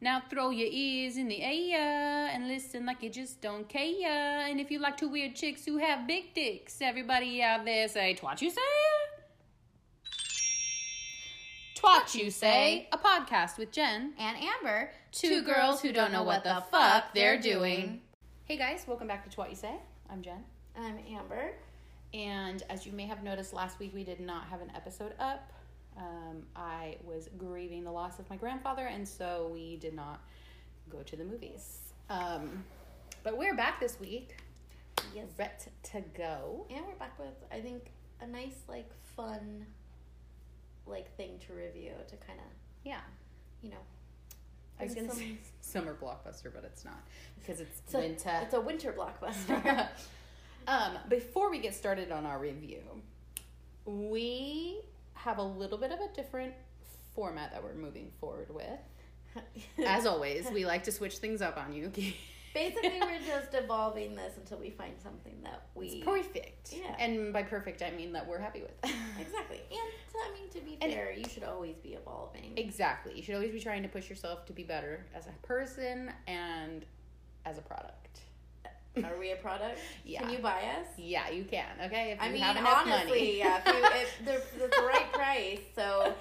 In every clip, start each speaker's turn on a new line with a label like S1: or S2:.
S1: Now throw your ears in the air and listen like you just don't care. And if you like two weird chicks who have big dicks, everybody out there say, Twat you say? Twat you say? A podcast with Jen.
S2: and Amber,
S1: Two girls who don't know what the fuck they're doing. Hey guys, welcome back to Twat You Say. I'm Jen.
S2: I'm Amber.
S1: And as you may have noticed, last week we did not have an episode up. Um, I was grieving the loss of my grandfather, and so we did not go to the movies. Um, but we're back this week,
S2: Yes.
S1: Ret to go.
S2: And we're back with I think a nice like fun like thing to review to kind of,
S1: Yeah,
S2: you know,
S1: I was
S2: bring
S1: gonna
S2: some-
S1: say summer blockbuster, but it's not because it's,
S2: it's a,
S1: winter.
S2: It's a winter blockbuster.
S1: um, before we get started on our review, we have a little bit of a different format that we're moving forward with. As always, we like to switch things up on you.
S2: Basically, we're just evolving this until we find something that we
S1: It's perfect.
S2: Yeah.
S1: And by perfect, I mean that we're happy with.
S2: exactly. And to, I mean, to be
S1: And-
S2: fair, you should always be evolving.
S1: exactly. You should always be trying to push yourself to be better as a person and as a product.
S2: Are we a product?
S1: Yeah.
S2: Can you buy us?
S1: Yeah, you can. Okay, if you
S2: I mean,
S1: have enough
S2: honestly,
S1: money.
S2: yeah, if, you, if they're, they're the right price. So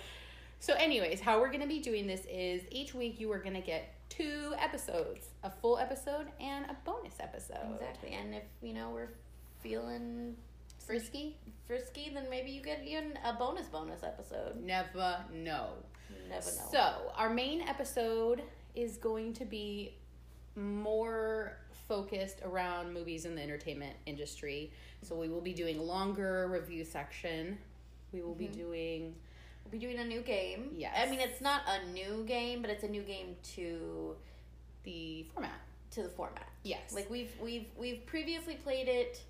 S1: So, anyways, how we're gonna be doing this is each week you are gonna get two episodes, a full episode and a bonus episode.
S2: exactly, and if you know we're feeling
S1: Frisky?
S2: frisky, then maybe you get even a bonus bonus episode.
S1: Never know.
S2: You Never know.
S1: So, our main episode is going to be more focused around movies in the entertainment industry. So, we will be doing longer review section. We will be
S2: Mm-hmm.
S1: doing
S2: we'll be doing a new game.
S1: Yes.
S2: I mean, it's not a new game, but it's a new game to
S1: the format.
S2: to the format.
S1: Yes.
S2: Like we've we've we've previously played it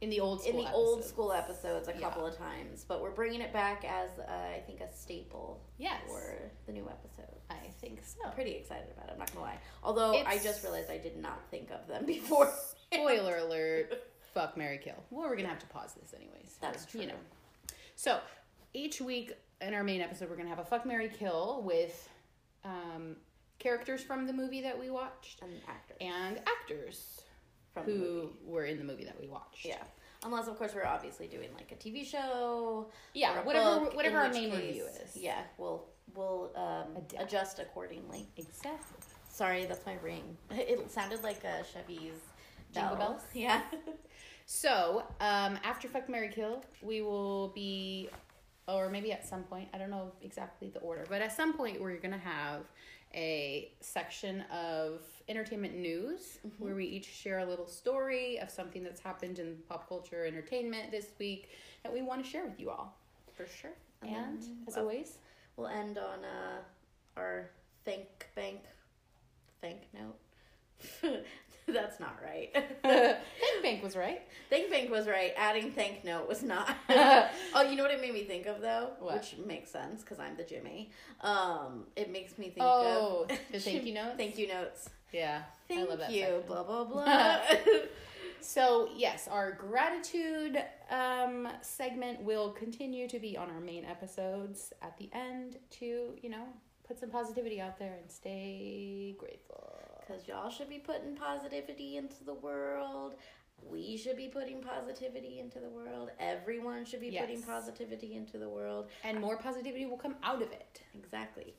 S1: in the old school
S2: in the old
S1: episodes.
S2: school episodes a
S1: Yeah.
S2: couple of times, but we're bringing it back as uh, I think a staple
S1: Yes.
S2: for the new episode.
S1: I think
S2: I'm
S1: so.
S2: pretty excited about it. I'm not gonna lie. Although I
S1: It's-
S2: just realized I did not think of them before.
S1: Spoiler alert. Fuck Mary Kill. Well, we're going to have to pause this anyways.
S2: That's
S1: You
S2: true.
S1: know. So, each week in our main episode, we're going to have a Fuck Mary Kill with um, characters from the movie that we watched
S2: An actor
S1: and actors
S2: from the movie.
S1: who were in the movie that we watched.
S2: Yeah. Unless of course we're obviously doing like a TV show.
S1: Yeah,
S2: or a
S1: whatever-
S2: book,
S1: whatever
S2: in
S1: our
S2: which
S1: main
S2: case-
S1: review is.
S2: Yeah, we'll we'll um,
S1: Adapt.
S2: adjust accordingly.
S1: Exactly.
S2: Sorry, that's my ring. It sounded like a Chevy's
S1: Jingle
S2: bell.
S1: bells?
S2: Yeah.
S1: So, um, after Fuck Mary Kill, we will be, or maybe at some point, I don't know exactly the order, but at some point, we're going to have a section of entertainment news
S2: Mm-hmm.
S1: where we each share a little story of something that's happened in pop culture entertainment this week that we want to share with you all.
S2: For sure. Um, uh,
S1: And,
S2: then
S1: as always,
S2: we'll end on uh, our thank bank thank note. that's not right.
S1: Bank Bank was right.
S2: Think Bank was right. Adding thank note was not. oh, you know what it made me think of though,
S1: What?
S2: which makes sense because I'm the Jimmy. Um, it makes me think
S1: Oh,
S2: of
S1: the thank you notes?
S2: Thank you notes.
S1: Yeah.
S2: Thank
S1: I love that
S2: you.
S1: section.
S2: Blah blah blah.
S1: So, yes, our gratitude um, segment will continue to be on our main episodes at the end to, you know, put some positivity out there and stay grateful.
S2: Because y'all should be putting positivity into the world. We should be putting positivity into the world. Everyone should be putting
S1: Yes.
S2: positivity into the world.
S1: And more positivity will come out of it.
S2: Exactly.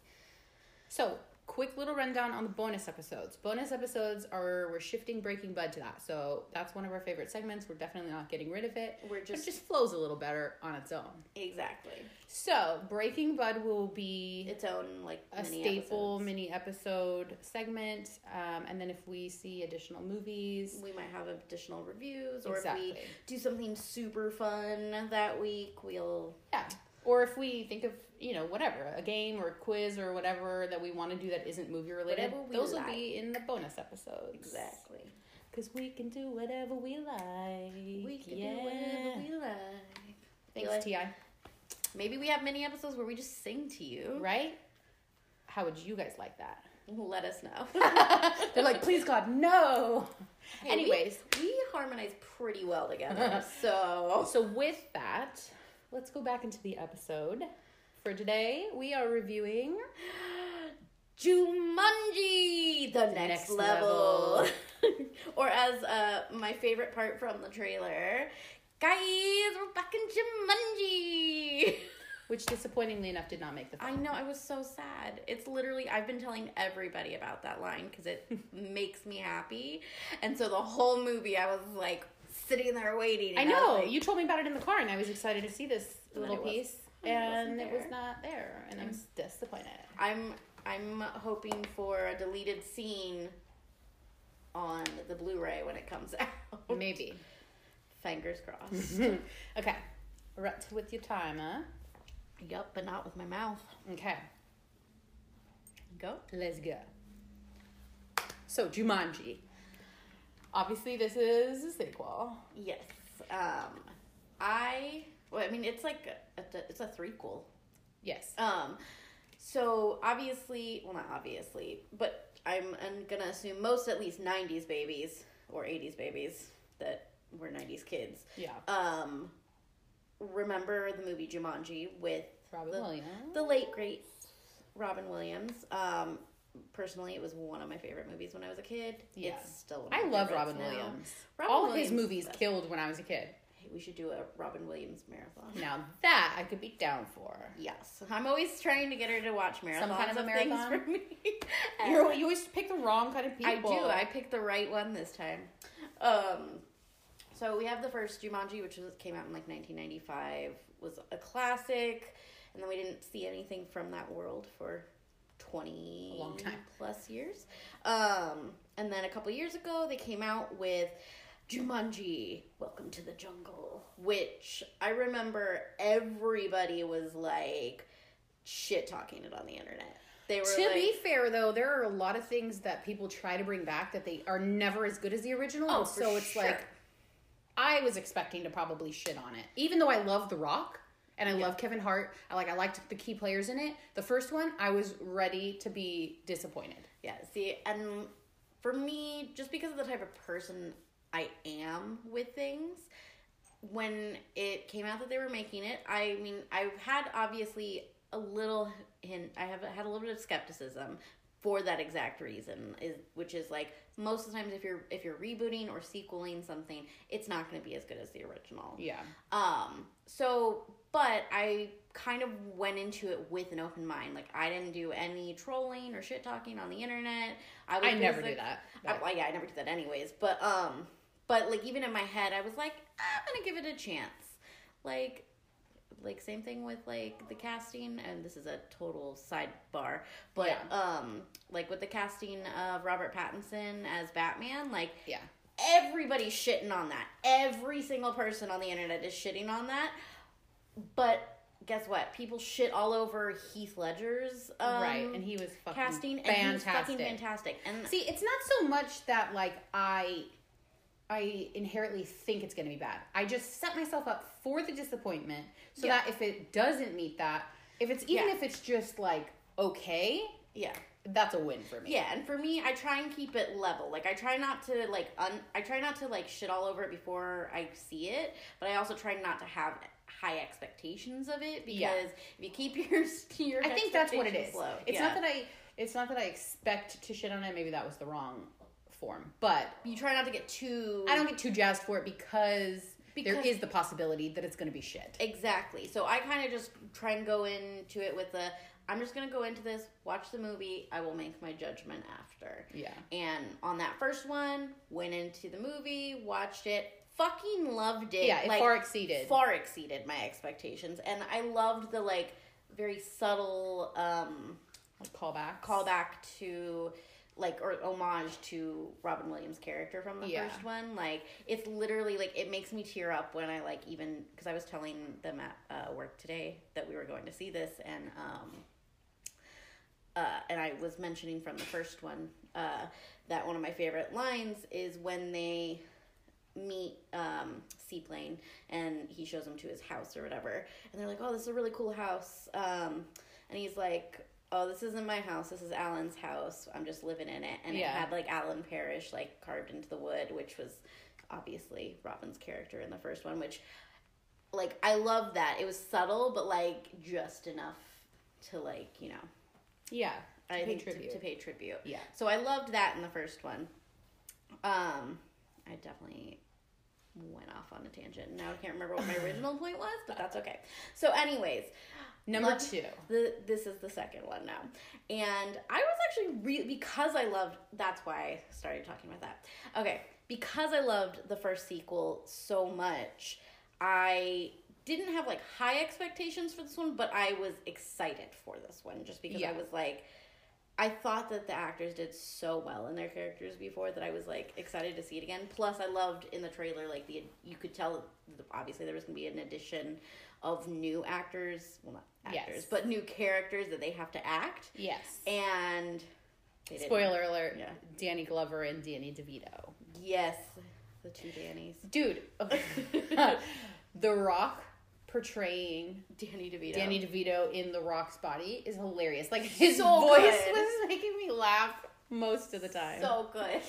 S1: So, quick little rundown on the bonus episodes. Bonus episodes are, we're shifting Breaking Bud to that. So, that's one of our favorite segments. We're definitely not getting rid of it.
S2: We're
S1: it
S2: just
S1: just flows a little better on its own.
S2: exactly
S1: So, Breaking Bud will be
S2: its own like
S1: a
S2: mini
S1: staple
S2: episodes.
S1: mini episode segment. Um, and then if we see additional movies,
S2: we might have additional reviews or if we
S1: Exactly.
S2: do something super fun that week we'll
S1: yeah. Or if we think of, you know, whatever, a game or a quiz or whatever that we want to do that isn't movie related,
S2: Whatever we
S1: those will
S2: like.
S1: be in the bonus episodes.
S2: exactly
S1: Because we can do whatever we like.
S2: we can
S1: Yeah.
S2: do whatever we like
S1: Thanks,
S2: like.
S1: T.I.
S2: maybe we have mini episodes where we just sing to you
S1: Right? How would you guys like that?
S2: let us know
S1: They're like, please, God, no.
S2: Hey, we-
S1: Anyways,
S2: we harmonize pretty well together so
S1: So, with that, let's go back into the episode. For today, we are reviewing
S2: June the next,
S1: next
S2: level.
S1: level.
S2: or as uh, my favorite part from the trailer, guys, we're back in Jumanji.
S1: which disappointingly enough did not make the
S2: I know I was so sad. It's literally I've been telling everybody about that line because it makes me happy, and so the whole movie I was like sitting there waiting.
S1: I
S2: and was
S1: know.
S2: like,
S1: you told me about it in the car, and I was excited to see this
S2: And then
S1: little
S2: it wasn't-
S1: piece,
S2: and
S1: and
S2: it
S1: it
S2: wasn't Mm.
S1: was not there, and I'm s- disappointed.
S2: I'm I'm hoping for a deleted scene on the Blu-ray when it comes out.
S1: Maybe.
S2: Fingers crossed.
S1: okay, rut with your timer.
S2: Yup, but not with my mouth.
S1: Okay,
S2: Go.
S1: let's go. So Jumanji. Obviously, this is a sequel.
S2: Yes. Um, I. Well, I mean, it's like a, it's a threequel.
S1: Yes.
S2: Um, so obviously, well, not obviously, but I'm, I'm gonna assume most at least '90s babies or '80s babies that were '90s kids.
S1: Yeah.
S2: Um, remember the movie Jumanji with
S1: Robin
S2: the-
S1: Williams.
S2: the late great Robin Williams. Um, personally, it was one of my favorite movies when I was a kid.
S1: Yeah.
S2: It's still. One of
S1: I
S2: my
S1: love
S2: favorites
S1: Robin
S2: now.
S1: Williams.
S2: Robin
S1: All
S2: Williams
S1: his movies
S2: is the best.
S1: killed when I was a kid.
S2: Hey, we should do a Robin Williams marathon.
S1: Now that I could be down for.
S2: Yes, I'm always trying to get her to watch marathons
S1: Some kind of a
S2: things
S1: marathon?
S2: for me.
S1: You're, you always pick the wrong kind of people.
S2: I do. I picked the right one this time. Um, so we have the first Jumanji, which was, came out in like 1995, was a classic, and then we didn't see anything from that world for 20
S1: A long time.
S2: plus years. Um, and then a couple years ago, they came out with Jumanji: Welcome to the Jungle, which I remember everybody was like shit talking it on the internet. They were
S1: to
S2: like,
S1: be fair though there are a lot of things that people try to bring back that they are never as good as the original
S2: Oh,
S1: and
S2: for
S1: so it's
S2: sure.
S1: like i was expecting to probably shit on it even though i love the rock and i love kevin hart i like i liked the key players in it the first one i was ready to be disappointed
S2: Yeah, see, and for me, just because of the type of person I am with things, when it came out that they were making it, I mean, I've had obviously a little hint, I have had a little bit of skepticism for that exact reason is which is like most of the times if you're if you're rebooting or sequeling something it's not going to be as good as the original
S1: yeah
S2: um, so, but I kind of went into it with an open mind. Like, I didn't do any trolling or shit talking on the internet. I, was
S1: i never
S2: basic-
S1: do that
S2: I,
S1: but-
S2: well, yeah, I never do that anyways. But, um, but like, even in my head, I was like, I'm gonna give it a chance. Like, like same thing with like the casting and this is a total sidebar but
S1: Yeah.
S2: um like with the casting of robert pattinson as batman like
S1: yeah
S2: everybody's shitting on that. Every single person on the internet is shitting on that. But guess what? People shit all over Heath Ledger's um,
S1: right and he was fucking
S2: casting,
S1: fantastic
S2: and he's fucking fantastic. And
S1: See, it's not so much that like I I inherently think it's going to be bad. I just set myself up for the disappointment so
S2: Yeah.
S1: that if it doesn't meet that, if it's even
S2: Yeah.
S1: if it's just like okay,
S2: yeah,
S1: that's a win for me.
S2: yeah. And for me, I try and keep it level. Like I try not to like un. I try not to like shit all over it before I see it. But I also try not to have high expectations of it because
S1: Yeah.
S2: if you keep your your
S1: I think that's what it
S2: expectations
S1: is.
S2: low,
S1: It's
S2: yeah.
S1: not that I it's not that I expect to shit on it. Maybe that was the wrong form. But
S2: you try not to get too.
S1: I don't get too jazzed for it because, there
S2: Because-
S1: is the possibility that it's going to be shit.
S2: Exactly. So I kind of just try and go into it with the I'm just going to go into this, watch the movie, I will make my judgment after.
S1: Yeah.
S2: And on that first one, went into the movie, watched it, fucking loved it.
S1: Yeah, it
S2: like,
S1: far exceeded.
S2: far exceeded my expectations. And I loved the like very subtle um
S1: Like callbacks.
S2: callback to like or homage to Robin Williams' character from the
S1: Yeah.
S2: first one. Like it's literally like it makes me tear up when I like even because I was telling them at uh, work today that we were going to see this and um uh, and I was mentioning from the first one uh, that one of my favorite lines is when they meet um, Seaplane and he shows them to his house or whatever. And they're like, oh, this is a really cool house. Um, and he's like, oh, this isn't my house. This is Alan's house. I'm just living in it. And
S1: Yeah.
S2: it had like Alan Parrish like carved into the wood, which was obviously Robin's character in the first one, which like I love that. It was subtle, but like just enough to like, you know,
S1: Yeah.
S2: I
S1: pay
S2: think
S1: tribute.
S2: To, to pay tribute.
S1: Yeah.
S2: So I loved that in the first one. Um, I definitely went off on a tangent. Now I can't remember what my original point was, but that's okay. So, anyways,
S1: Number
S2: Love-
S1: two.
S2: the, this is the second one now. And I was actually re- because I loved that's why I started talking about that. Okay, because I loved the first sequel so much, I didn't have like high expectations for this one, but I was excited for this one just because
S1: Yeah.
S2: I was like I thought that the actors did so well in their characters before that I was like excited to see it again. Plus, I loved in the trailer like the you could tell that obviously there was gonna be an addition of new actors, well not
S1: Yes.
S2: actors, but new characters that they have to act
S1: Yes.
S2: and they didn't.
S1: Spoiler alert:
S2: Yeah.
S1: Danny Glover and Danny DeVito.
S2: Yes, the two Dannys,
S1: Dude, okay. The Rock portraying
S2: Danny DeVito.
S1: Danny DeVito in The Rock's body is hilarious. Like his
S2: So
S1: voice
S2: good.
S1: was making me laugh most of the time.
S2: so good.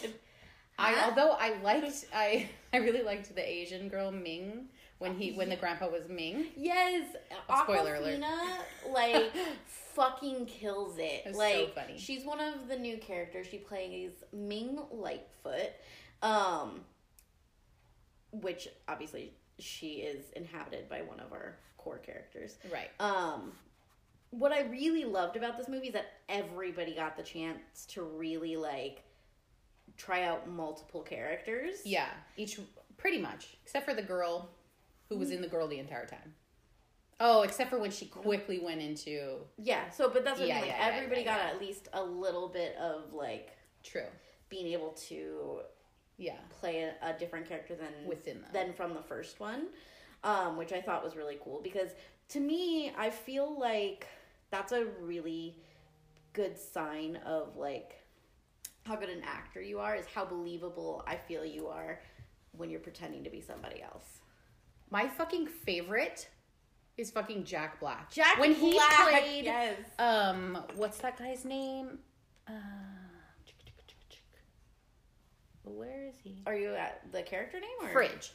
S1: I
S2: Huh?
S1: although I liked I I really liked the Asian girl Ming when he when the grandpa was Ming.
S2: Yes,
S1: Spoiler alert.
S2: Aquafina like fucking kills it.
S1: It was so
S2: like
S1: funny.
S2: she's one of the new characters. She plays Ming Lightfoot, um, which obviously she is inhabited by one of our core characters.
S1: Right.
S2: Um, what I really loved about this movie is that everybody got the chance to really like try out multiple characters.
S1: Yeah. Each pretty much except for the girl who was in the girl the entire time. Oh, except for when she quickly went into
S2: Yeah. So, but that's what I
S1: Yeah,
S2: mean. Like,
S1: yeah, yeah,
S2: everybody
S1: yeah,
S2: got
S1: yeah.
S2: at least a little bit of like
S1: True.
S2: being able to
S1: Yeah.
S2: play a, a different character than
S1: Within them.
S2: than from the first one, um, which I thought was really cool because to me, I feel like that's a really good sign of like how good an actor you are is how believable I feel you are when you're pretending to be somebody else.
S1: My fucking favorite is fucking Jack Black.
S2: Jack
S1: when he
S2: Black,
S1: played
S2: yes.
S1: um what's that guy's name? Uh, where is he?
S2: Are you at the character name or
S1: Fridge.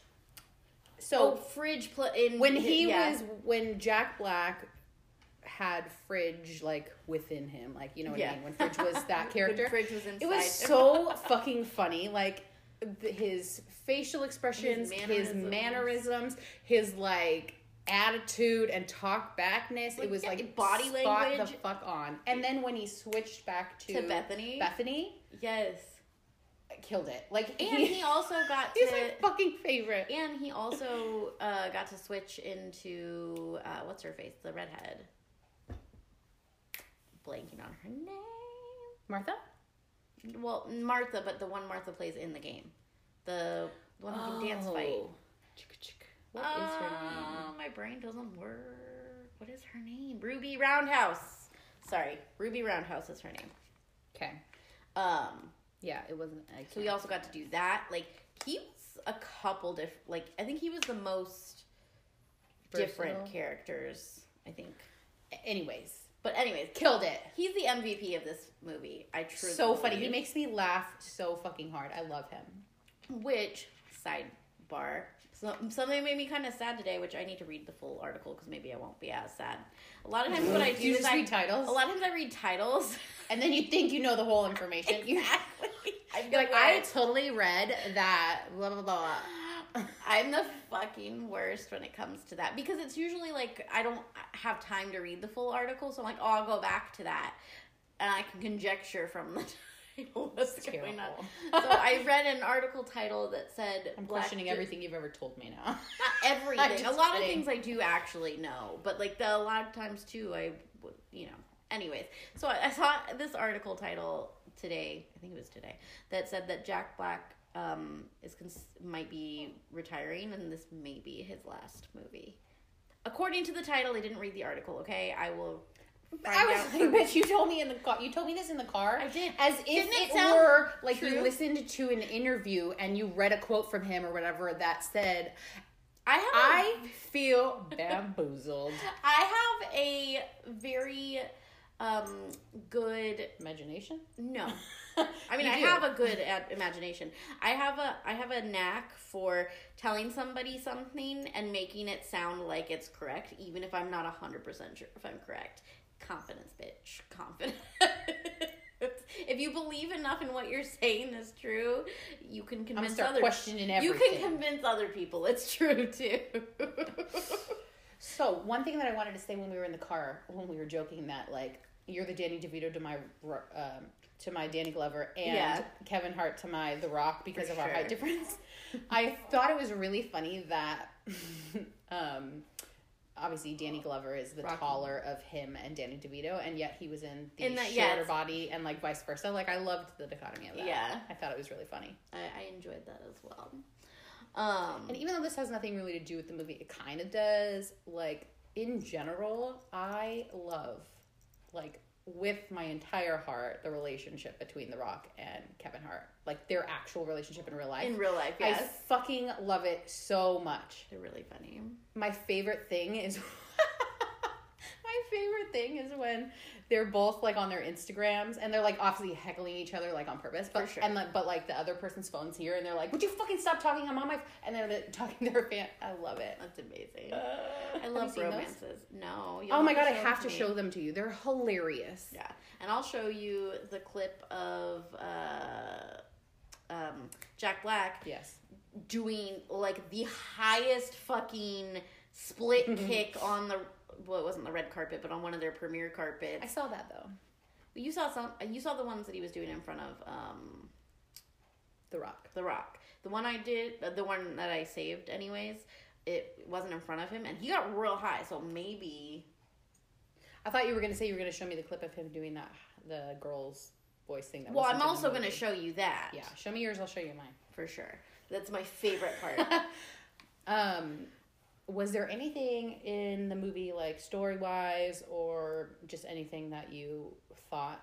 S1: So
S2: Oh, Fridge pla in
S1: when he
S2: yeah.
S1: was when Jack Black had Fridge like within him, like you know what
S2: Yeah.
S1: I mean. When Fridge was that character,
S2: When Fridge was inside.
S1: it was so fucking funny. Like th- his facial expressions, his mannerisms, his,
S2: mannerisms.
S1: like attitude and talk backness.
S2: Like,
S1: it was
S2: yeah,
S1: like
S2: body
S1: spot
S2: language.
S1: the fuck on. And then when he switched back to,
S2: to Bethany.
S1: Bethany
S2: yes.
S1: killed it. Like
S2: And he also got
S1: he's
S2: to
S1: my fucking favorite.
S2: And he also uh, got to switch into uh, what's her face, the redhead. Blanking on her name.
S1: Martha.
S2: Well, Martha, but the one Martha plays in the game, the one who can dance fight.
S1: Oh, What is her name?
S2: Oh, My brain doesn't work. What is her name? Ruby Roundhouse. Sorry, Ruby Roundhouse is her name.
S1: Okay.
S2: Um,
S1: Yeah, it wasn't. I
S2: so we also got to do that. Like he was a couple different. Like I think he was the most different
S1: Versatile.
S2: characters. I think.
S1: Anyways,
S2: But anyways,
S1: killed it.
S2: he's the MVP of this movie. I truly
S1: So funny. He
S2: believe.
S1: makes me laugh so fucking hard. I love him.
S2: which sidebar. So, something made me kind of sad today, which I need to read the full article because maybe I won't be as sad. A lot of times, what I do
S1: Do you
S2: is
S1: just
S2: I
S1: read titles?
S2: a lot of times I read titles.
S1: And then you think you know the whole information. You-
S2: Exactly. I'm
S1: You're
S2: like
S1: like, I totally read that. Blah blah blah. blah."
S2: I'm the fucking worst when it comes to that because it's usually like I don't have time to read the full article, so I'm like, oh, I'll go back to that, and I can conjecture from the title what's going on.
S1: terrible.
S2: So I read an article title that said
S1: I'm
S2: Black
S1: questioning
S2: Di-
S1: everything you've ever told me now.
S2: Not everything. A
S1: just
S2: lot
S1: kidding.
S2: of things I do actually know, but like the, a lot of times too, I w- you know. Anyways, so I, I saw this article title today. I think it was today that said that Jack Black um, is cons- might be retiring, and this may be his last movie. According to the title, I didn't read the article. Okay, I will. Find
S1: I
S2: out
S1: was
S2: for-
S1: like, bitch, you told me in the car. You told me this in the car. I
S2: did.
S1: As if
S2: Didn't it
S1: it,
S2: sound
S1: were like
S2: true?
S1: you listened to an interview and you read a quote from him or whatever that said,
S2: I have. a-
S1: I feel bamboozled.
S2: I have a very um, good
S1: Imagination?
S2: No, I mean
S1: You
S2: I
S1: do.
S2: have a good ad- imagination. I have a I have a knack for telling somebody something and making it sound like it's correct, even if I'm not hundred percent sure if I'm correct. confidence, bitch. Confidence. if you believe enough in what you're saying is true, you can
S1: I'm gonna
S2: convince
S1: start
S2: other
S1: questioning everything.
S2: You can convince other people it's true too.
S1: So one thing that I wanted to say when we were in the car when we were joking that like you're the Danny DeVito to my um, to my Danny Glover and
S2: Yeah.
S1: Kevin Hart to my The Rock because
S2: For
S1: of our
S2: sure.
S1: height difference. I thought it was really funny that um, obviously Danny Glover is the
S2: Rocky.
S1: taller of him and Danny DeVito, and yet he was in the
S2: In that-
S1: shorter
S2: yeah, it's-
S1: body and like vice versa. Like I loved the dichotomy of that.
S2: yeah,
S1: I thought it was really funny.
S2: I, I enjoyed that as well. Um,
S1: And even though this has nothing really to do with the movie, it kind of does. Like in general, I love, like with my entire heart, the relationship between The Rock and Kevin Hart. Like their actual relationship in real life.
S2: in real life, yes,
S1: I fucking love it so much.
S2: they're really funny.
S1: My favorite thing is. My favorite thing is when they're both like on their Instagrams and they're like obviously heckling each other like on purpose, but
S2: For sure.
S1: and like, but like the other person's phone's here and they're like, "Would you fucking stop talking? I'm on my," f-" and they're like, talking to her fan. I love it.
S2: That's amazing.
S1: Uh,
S2: I
S1: I
S2: love romances. No, you'll
S1: Oh my god,
S2: have
S1: I have
S2: to show them
S1: to
S2: me.
S1: show them to you. They're hilarious.
S2: Yeah, and I'll show you the clip of uh, um, Jack Black
S1: Yes.
S2: doing like the highest fucking split kick on the well, it wasn't the red carpet, but on one of their premiere
S1: I
S2: carpets.
S1: saw that though.
S2: You saw some. You saw the ones that he was doing in front of um,
S1: The Rock.
S2: The Rock. The one I did, uh, the one that I saved, anyways. It wasn't in front of him, and he got real high. So maybe
S1: I thought you were gonna say you were gonna show me the clip of him doing that the girl's voice thing. That
S2: Well,
S1: wasn't
S2: I'm
S1: in the
S2: also going to
S1: movie.
S2: show you that.
S1: Yeah, show me yours. I'll show you mine.
S2: For sure. That's my favorite part.
S1: Um, was there anything in the movie like story wise or just anything that you thought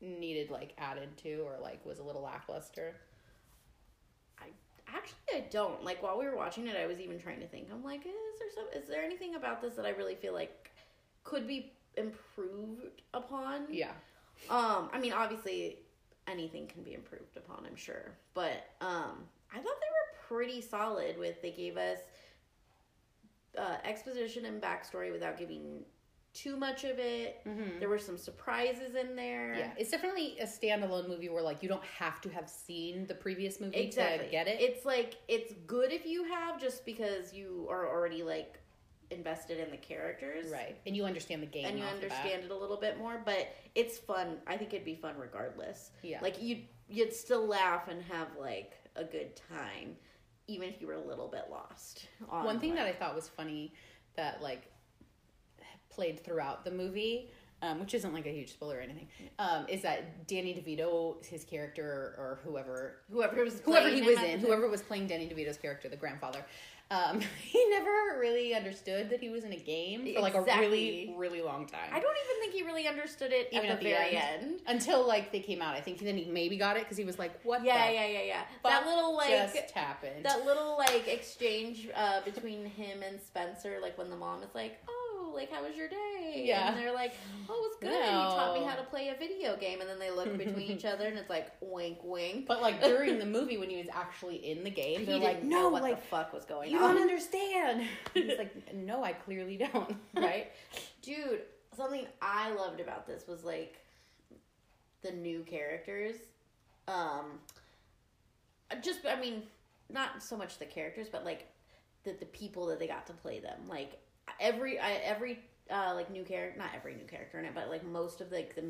S1: needed like added to or like was a little lackluster?
S2: I actually I don't. Like while we were watching it, I was even trying to think. I'm like, is there some is there anything about this that I really feel like could be improved upon?
S1: Yeah.
S2: Um, I mean, obviously anything can be improved upon, I'm sure. But um I thought they were pretty solid with they gave us uh, exposition and backstory without giving too much of it. There were some surprises in there.
S1: Yeah, it's definitely a standalone movie where like you don't have to have seen the previous movie
S2: exactly
S1: to get it.
S2: it's like it's good if you have just because you are already like invested in the characters
S1: right, and you understand the game
S2: and you
S1: off the bat.
S2: understand it a little bit more but it's fun i think it'd be fun regardless
S1: Yeah.
S2: like you'd you'd still laugh and have like a good time even if you were a little bit lost on,
S1: One thing
S2: like-
S1: that I thought was funny that like played throughout the movie, um, which isn't like a huge spoiler or anything, um, is that Danny DeVito, his character or whoever
S2: whoever was
S1: whoever
S2: playing
S1: he
S2: him
S1: was
S2: at
S1: in,
S2: the-
S1: whoever was playing Danny DeVito's character, the grandfather, um, he never really understood that he was in a game for like a really
S2: Exactly.
S1: really long time.
S2: i don't even think he really understood it
S1: Even
S2: at,
S1: at
S2: the,
S1: the
S2: very
S1: end?
S2: end,
S1: until like they came out. I think then he maybe got it because he was like, "What?
S2: yeah
S1: the
S2: yeah yeah yeah
S1: fuck
S2: that little like
S1: just happened."
S2: that little like exchange uh, between him and Spencer, like when the mom is like, "Oh, like how was your day?"
S1: Yeah.
S2: and they're like, "Oh, it was good. You taught me
S1: No.
S2: how to play a video game." And then they look between each other, and it's like, wink, wink.
S1: But like during the movie when he was actually in the game, they're
S2: he
S1: like,
S2: didn't know
S1: "No,
S2: what
S1: like
S2: the fuck was going
S1: you
S2: on,
S1: don't understand." He's like, "No, I clearly don't."
S2: right, dude? Something I loved about this was like the new characters. Um, just I mean, not so much the characters, but like the the people that they got to play them. Like every I, every uh, like new character, not every new character in it, but like most of like the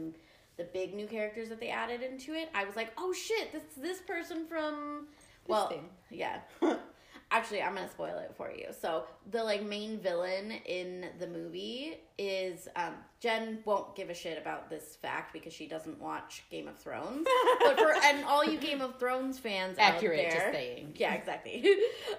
S2: the big new characters that they added into it. I was like, oh shit, this this person from well,
S1: thing.
S2: yeah. Actually, I'm gonna spoil it for you. So the like main villain in the movie is um, Jen. Won't give a shit about this fact because she doesn't watch Game of Thrones. but for and all you Game of Thrones fans, out
S1: Accurate,
S2: there-
S1: just saying.
S2: yeah, exactly.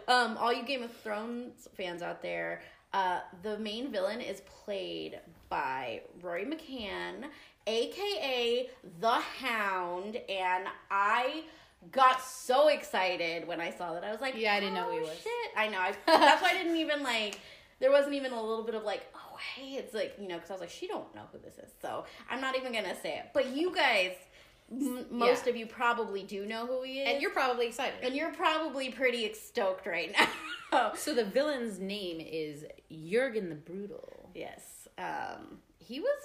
S2: um, all you Game of Thrones fans out there, uh, the main villain is played by Rory McCann, aka the Hound, and I got so excited when I saw that. I was like,
S1: Yeah, I didn't know
S2: "Oh,
S1: he was."
S2: Shit, I know. I, that's why I didn't even like. There wasn't even a little bit of like, oh hey, it's like you know, because I was like, she don't know who this is, so I'm not even gonna say it. But you guys. M- most
S1: Yeah.
S2: of you probably do know who he is,
S1: And you're probably excited.
S2: and you're probably pretty ex- stoked right now.
S1: so the villain's name is Jurgen the Brutal.
S2: yes. Um, he was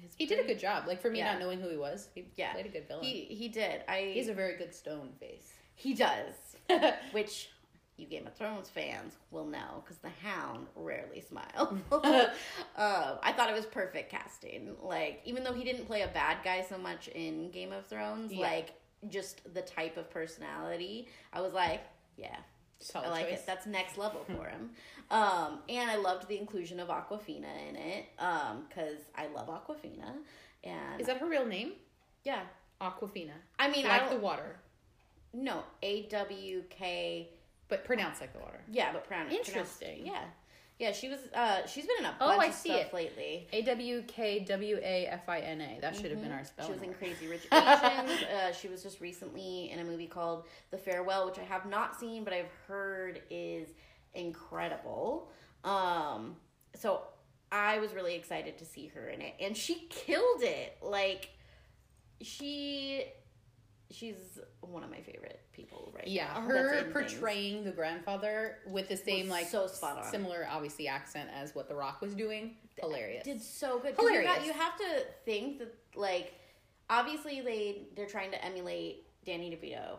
S2: his
S1: He did a good job. Like for me,
S2: Yeah.
S1: not knowing who he was, he
S2: Yeah.
S1: played a good villain.
S2: He he did. I
S1: He's a very good stone face.
S2: he does, which you Game of Thrones fans will know because the Hound rarely smiles. um, I thought it was perfect casting. Like even though he didn't play a bad guy so much in Game of Thrones,
S1: Yeah.
S2: like just the type of personality, I was like, yeah,
S1: Solid
S2: I like
S1: choice.
S2: it. That's next level for him. Um, and I loved the inclusion of Aquafina in it because I love Aquafina. And
S1: Is that her real name?
S2: yeah,
S1: Aquafina.
S2: I mean, I
S1: Like
S2: don't,
S1: the water,
S2: no A W K.
S1: but pronounced like the water.
S2: Yeah, but pronoun- pronounced.
S1: Interesting.
S2: Yeah, yeah. She was. Uh, she's been in a
S1: Oh,
S2: bunch
S1: I
S2: of
S1: see
S2: stuff
S1: it.
S2: lately.
S1: A W K W A F I N A. That should have been Mm-hmm. our spelling.
S2: Mm-hmm. She was in
S1: word.
S2: Crazy Rich Asians. uh, she was just recently in a movie called The Farewell, which I have not seen, but I've heard is incredible. Um, so I was really excited to see her in it, and she killed it. Like she, she's one of my favorite people right
S1: Yeah,
S2: now. that's in
S1: her
S2: things.
S1: portraying the grandfather with the same like
S2: so spot on.
S1: similar obviously accent as what The Rock was doing. Hilarious.
S2: did so good. 'Cause You, got,
S1: Hilarious.
S2: you have to think that like obviously they they're trying to emulate Danny DeVito,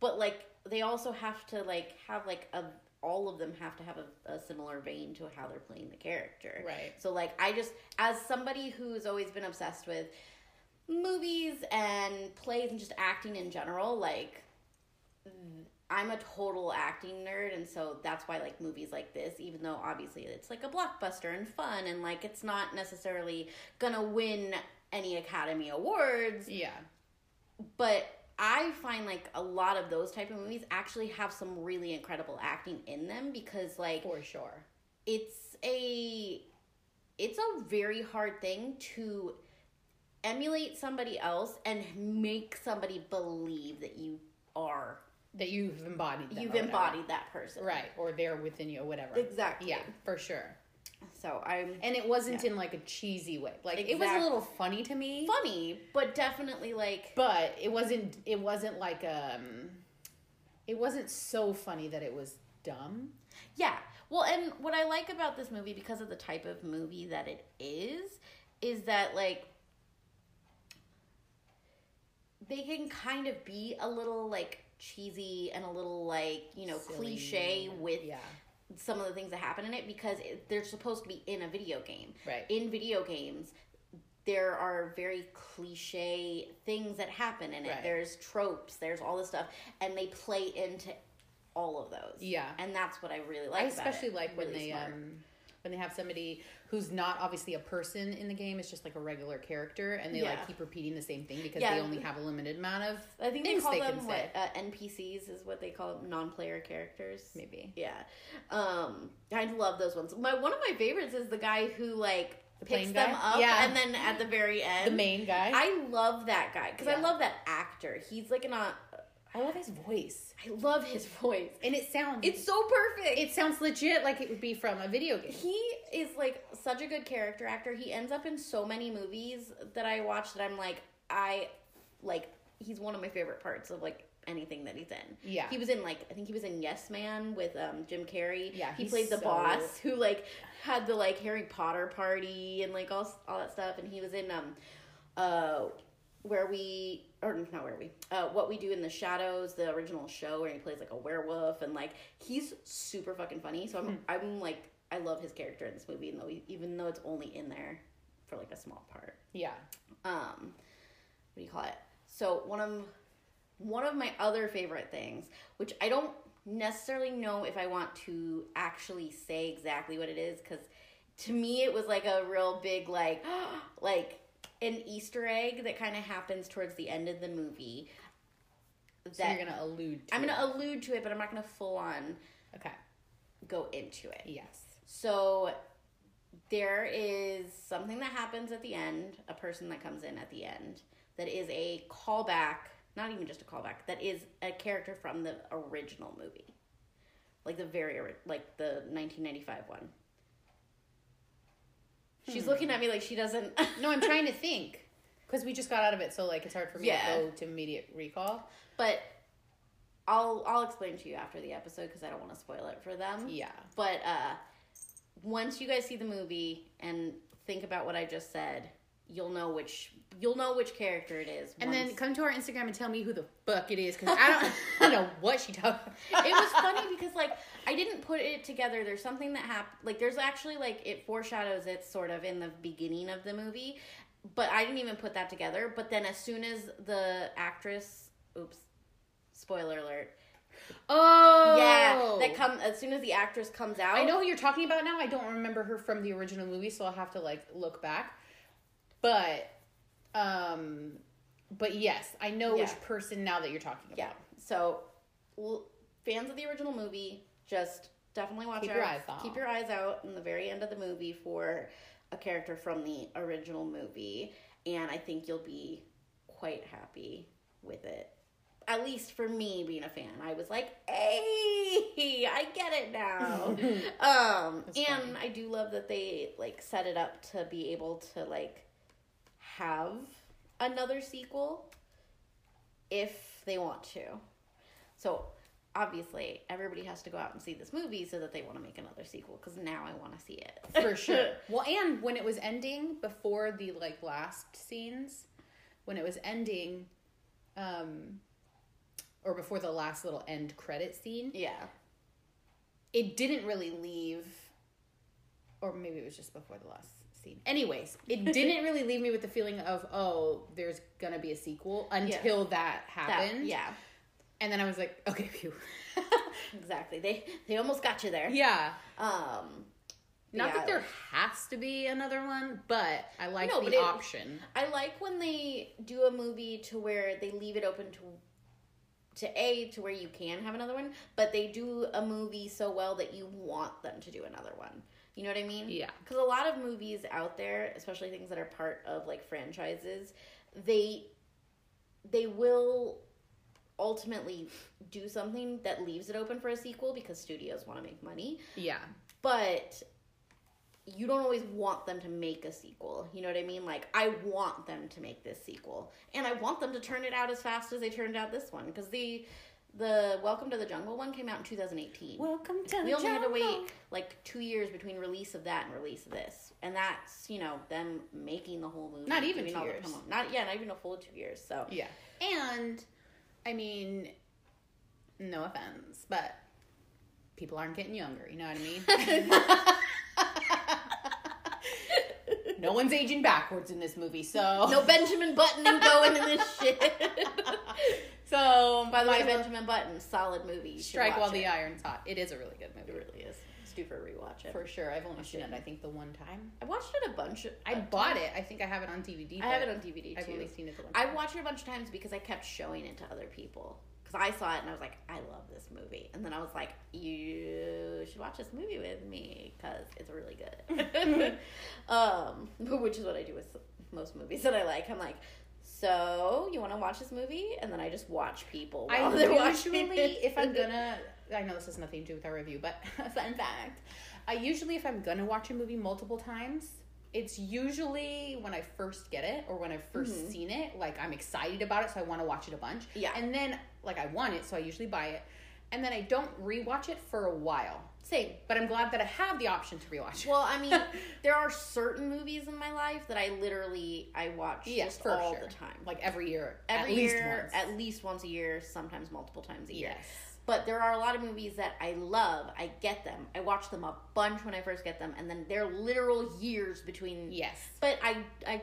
S2: but like they also have to like have like a all of them have to have a, a similar vein to how they're playing the character.
S1: Right.
S2: So like I just as somebody who's always been obsessed with movies and plays and just acting in general, like I'm a total acting nerd, and so that's why like movies like this, even though obviously it's like a blockbuster and fun, and like it's not necessarily gonna win any Academy Awards,
S1: yeah.
S2: but I find like a lot of those type of movies actually have some really incredible acting in them because like
S1: For sure.
S2: it's a it's a very hard thing to emulate somebody else and make somebody believe that you are
S1: That you've embodied them
S2: you've
S1: or whatever.
S2: embodied that person
S1: Right. Or they're within you or whatever.
S2: Exactly.
S1: Yeah, for sure.
S2: So I'm
S1: And it wasn't in like a cheesy way. Like it was a
S2: Exactly.
S1: little funny to me.
S2: funny, but definitely like
S1: but it wasn't it wasn't like um it wasn't so funny that it was dumb
S2: yeah. Well, and what I like about this movie because of the type of movie that it is is that like they can kind of be a little like cheesy and a little like, you know,
S1: Silly.
S2: cliche with
S1: yeah
S2: some of the things that happen in it because it, they're supposed to be in a video game.
S1: Right.
S2: In video games, there are very cliche things that happen in it.
S1: Right.
S2: There's tropes, there's all this stuff, and they play into all of those.
S1: Yeah.
S2: And that's what I really like.
S1: i
S2: about
S1: especially
S2: it.
S1: like when
S2: Really
S1: they
S2: smart.
S1: um when they have somebody who's not obviously a person in the game it's just like a regular character and they
S2: Yeah.
S1: like keep repeating the same thing because
S2: Yeah.
S1: they only have a limited amount of
S2: I think they
S1: things
S2: call
S1: they
S2: them
S1: can
S2: what
S1: say.
S2: uh, NPCs is what they call them, non-player characters.
S1: maybe
S2: Yeah. Um, I love those ones. My one of my favorites is the guy who like picks
S1: plane
S2: them
S1: guy?
S2: up
S1: Yeah.
S2: and then at the very end
S1: the main guy i,
S2: I love that guy because I
S1: Yeah.
S2: love that actor. He's like an. uh,
S1: love his voice
S2: I love his voice.
S1: and it sounds
S2: It's so perfect.
S1: it sounds legit like it would be from a video game
S2: he is like such a good character actor. He ends up in so many movies that I watch that I'm like I like he's one of my favorite parts of like anything that he's in.
S1: Yeah.
S2: He was in like I think he was in Yes Man with um Jim Carrey.
S1: Yeah,
S2: He
S1: he's
S2: played the
S1: so-
S2: boss who like had the like Harry Potter party and like all all that stuff and he was in um uh where we or not where we uh what we do in the shadows the original show where he plays like a werewolf and like he's super fucking funny so i'm
S1: Hmm.
S2: i'm like i love his character in this movie even though he, even though it's only in there for like a small part
S1: yeah
S2: um what do you call it so one of one of my other favorite things which i don't necessarily know if i want to actually say exactly what it is because to me it was like a real big like like an easter egg that kind of happens towards the end of the movie that
S1: so you're gonna allude to
S2: i'm
S1: it.
S2: gonna allude to it but i'm not gonna full on
S1: okay
S2: go into it
S1: yes
S2: so there is something that happens at the end, a person that comes in at the end that is a callback, not even just a callback, that is a character from the original movie. Like the very ori- like the 1995 one. She's looking at me like she doesn't
S1: Hmm. No, I'm trying to think because we just got out of it, so like it's hard for me
S2: Yeah.
S1: to go to immediate recall.
S2: but I'll I'll explain to you after the episode cuz I don't want to spoil it for them.
S1: Yeah,
S2: But uh, once you guys see the movie and think about what I just said, you'll know which you'll know which character it is.
S1: And then
S2: once-
S1: come to our Instagram and tell me who the fuck it is because I don't, I don't know what she talked.
S2: it was funny because like I didn't put it together. There's something that happened. Like there's actually like it foreshadows it sort of in the beginning of the movie, but I didn't even put that together. But then as soon as the actress, oops, spoiler alert.
S1: Oh,
S2: Yeah, that come as soon as the actress comes out.
S1: I know who you're talking about now. I don't remember her from the original movie, so I'll have to like look back. But, um, but yes, I know
S2: Yeah.
S1: which person now that you're talking about.
S2: Yeah. So, l- fans of the original movie, just definitely watch
S1: Keep
S2: out.
S1: your eyes out.
S2: Keep your eyes out in the very end of the movie for a character from the original movie, and I think you'll be quite happy with it. At least for me, being a fan, I was like, "Hey, I get it now." um,
S1: That's
S2: and I do love that they like set it up to be able to like have another sequel if they want to. So obviously, everybody has to go out and see this movie so that they want to make another sequel because now I want to see it.
S1: for sure. Well, and when it was ending before the like last scenes, when it was ending, um, or before the last little end credit scene,
S2: yeah.
S1: it didn't really leave, or maybe it was just before the last scene. Anyways, it didn't really leave me with the feeling of oh, there's gonna be a sequel until that
S2: That-
S1: happened.
S2: yeah.
S1: and then I was like, okay, phew.
S2: Exactly. They they almost got you there.
S1: yeah.
S2: Um
S1: Not
S2: Yeah.
S1: that there has to be another one, but I like
S2: No,
S1: the
S2: but it-
S1: option.
S2: I like when they do a movie to where they leave it open to to a to where you can have another one, but they do a movie so well that you want them to do another one. You know what I mean?
S1: Yeah.
S2: Because a lot of movies out there, especially things that are part of like franchises, they they will ultimately do something that leaves it open for a sequel because studios want to make money
S1: Yeah.
S2: but you don't always want them to make a sequel. You know what I mean? Like I want them to make this sequel, and I want them to turn it out as fast as they turned out this one because the the Welcome to the Jungle one came out in 2018.
S1: Welcome to
S2: we only had to wait like two years between release of that and release of this, and that's you know them making the whole movie.
S1: Not even
S2: doing
S1: two
S2: all the
S1: years.
S2: promo- Not yeah, not even a full two years. So
S1: Yeah. And I mean, no offense, but people aren't getting younger, you know what I mean? no one's aging backwards in this movie, so
S2: no Benjamin Button going in this shit.
S1: so
S2: By the way,
S1: might as well
S2: Benjamin Button, solid movie. You should
S1: strike while
S2: watch
S1: the
S2: it.
S1: iron's hot. It is a really good
S2: It
S1: movie.
S2: really is. It's due for a rewatch. I
S1: For sure. I've only seen
S2: it.
S1: it I think the one time.
S2: I watched it a bunch. Of,
S1: I bought it. I think I have it on DVD.
S2: I have
S1: but
S2: it on DVD
S1: I've
S2: too.
S1: only seen it the one time.
S2: I watched it a bunch of times because I kept showing it to other people. Because I saw it and I was like, I love this movie. And then I was like, you should watch this movie with me because it's really good. um, which is what I do with most movies that I like. I'm like, so you want to watch this movie? And then I just watch people
S1: I
S2: while they're watching
S1: usually,
S2: it.
S1: if I'm gonna, I know this has nothing to do with our review, but fun fact, I usually, if I'm gonna watch a movie multiple times, it's usually when I first get it or when I've 1st seen it. Like I'm excited about it, so I want to watch it a bunch.
S2: Mm-hmm. Yeah.
S1: and then like I want it, so I usually buy it, and then I don't rewatch it for a while.
S2: Same.
S1: But I'm glad that I have the option to rewatch. it.
S2: Well, I mean, there are certain movies in my life that I literally I watch
S1: Yeah,
S2: just
S1: for
S2: all
S1: sure.
S2: the time.
S1: like every year,
S2: every
S1: at
S2: year,
S1: least once.
S2: at least once a year, sometimes multiple times a year.
S1: yes.
S2: But there are a lot of movies that I love. I get them. I watch them a bunch when I first get them, and then they're literal years between.
S1: Yes.
S2: But I I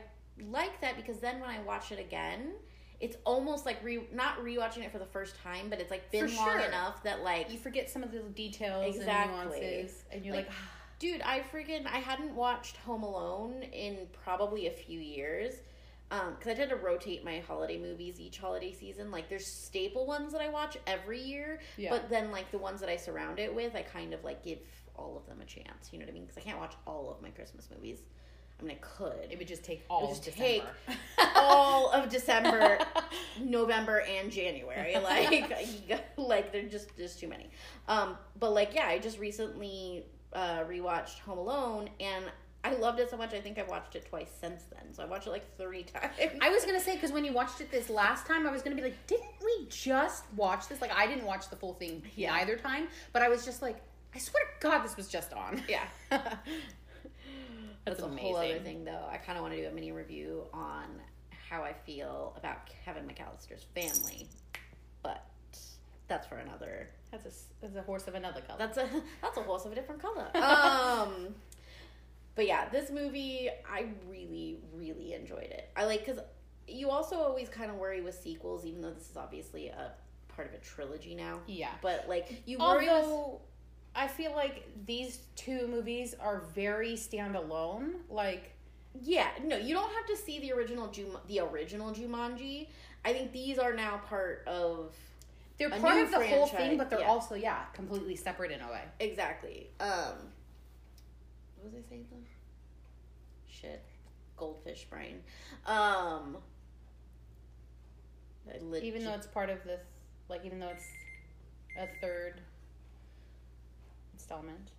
S2: like that because then when I watch it again, it's almost like re not rewatching it for the first time, but it's like been
S1: For
S2: long
S1: sure.
S2: enough that like
S1: You forget some of the details and
S2: Exactly.
S1: nuances, and you're
S2: Like,
S1: like
S2: Dude, I freaking I hadn't watched Home Alone in probably a few years. Um, cause I tend to rotate my holiday movies each holiday season. Like there's staple ones that I watch every year,
S1: Yeah.
S2: but then like the ones that I surround it with, I kind of like give all of them a chance. You know what I mean? Because I can't watch all of my Christmas movies. I mean, I
S1: It
S2: could
S1: would just take all
S2: just
S1: of
S2: take
S1: December.
S2: all of December, November, and January. Like, you got- like they're just just too many. Um, but like, yeah, I just recently uh, rewatched Home Alone, and I loved it so much. I think I've watched it twice since then. So I watched it like three times.
S1: I was gonna say because when you watched it this last time, I was gonna be like, didn't we just watch this? Like, I didn't watch the full thing
S2: Yeah.
S1: either time, but I was just like, I swear to God, this was just on.
S2: yeah. That's,
S1: That's
S2: a whole other
S1: amazing.
S2: thing, though. I kind of want to do a mini review on how I feel about Kevin McAllister's family, but that's for another.
S1: That's a, s- that's a horse of another color.
S2: That's a that's a horse of a different color. Um, but yeah, this movie I really really enjoyed it. I like because you also always kind of worry with sequels, even though this is obviously a part of a trilogy now.
S1: yeah.
S2: But like you worry with
S1: Although I feel like these two movies are very standalone. Like
S2: Yeah, no, you don't have to see the original Jum- the original Jumanji. I think these are now part of
S1: they're
S2: A
S1: part
S2: new
S1: of the whole
S2: franchise,
S1: thing, but they're
S2: yeah.
S1: also yeah completely separate in a way.
S2: exactly. Um, what was I saying though? Shit, goldfish brain. Um, I legit-
S1: Even though it's part of this, like even though it's a third installment.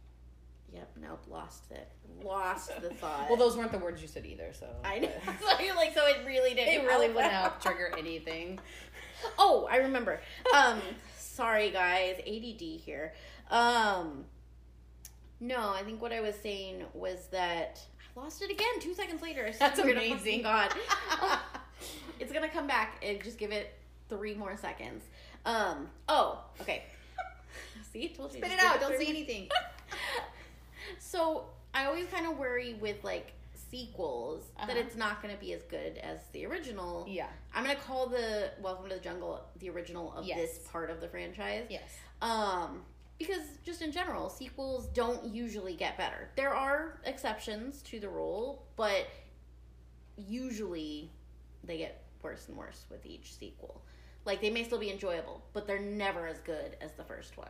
S2: yep, nope, lost it, lost the thought.
S1: Well, those weren't the words you said either, so
S2: I know, so, like so, it really didn't.
S1: It really
S2: help.
S1: wouldn't help trigger anything.
S2: Oh, I remember. Um, sorry guys, ADD here. Um, no, I think what I was saying was that I lost it again two seconds later. I
S1: That's
S2: swear to
S1: amazing.
S2: fucking God, it's gonna come back and just give it three more seconds. Um, oh, okay. See, told you.
S1: Spit
S2: just
S1: it
S2: give
S1: out. Don't
S2: three
S1: say anything.
S2: so I always kind of worry with like sequels that
S1: Uh-huh.
S2: it's not gonna be as good as the original.
S1: Yeah.
S2: I'm gonna call the Welcome to the Jungle the original of
S1: Yes.
S2: this part of the franchise.
S1: Yes.
S2: Um, because just in general, sequels don't usually get better. There are exceptions to the rule, but usually they get worse and worse with each sequel. Like they may still be enjoyable, but they're never as good as the first one.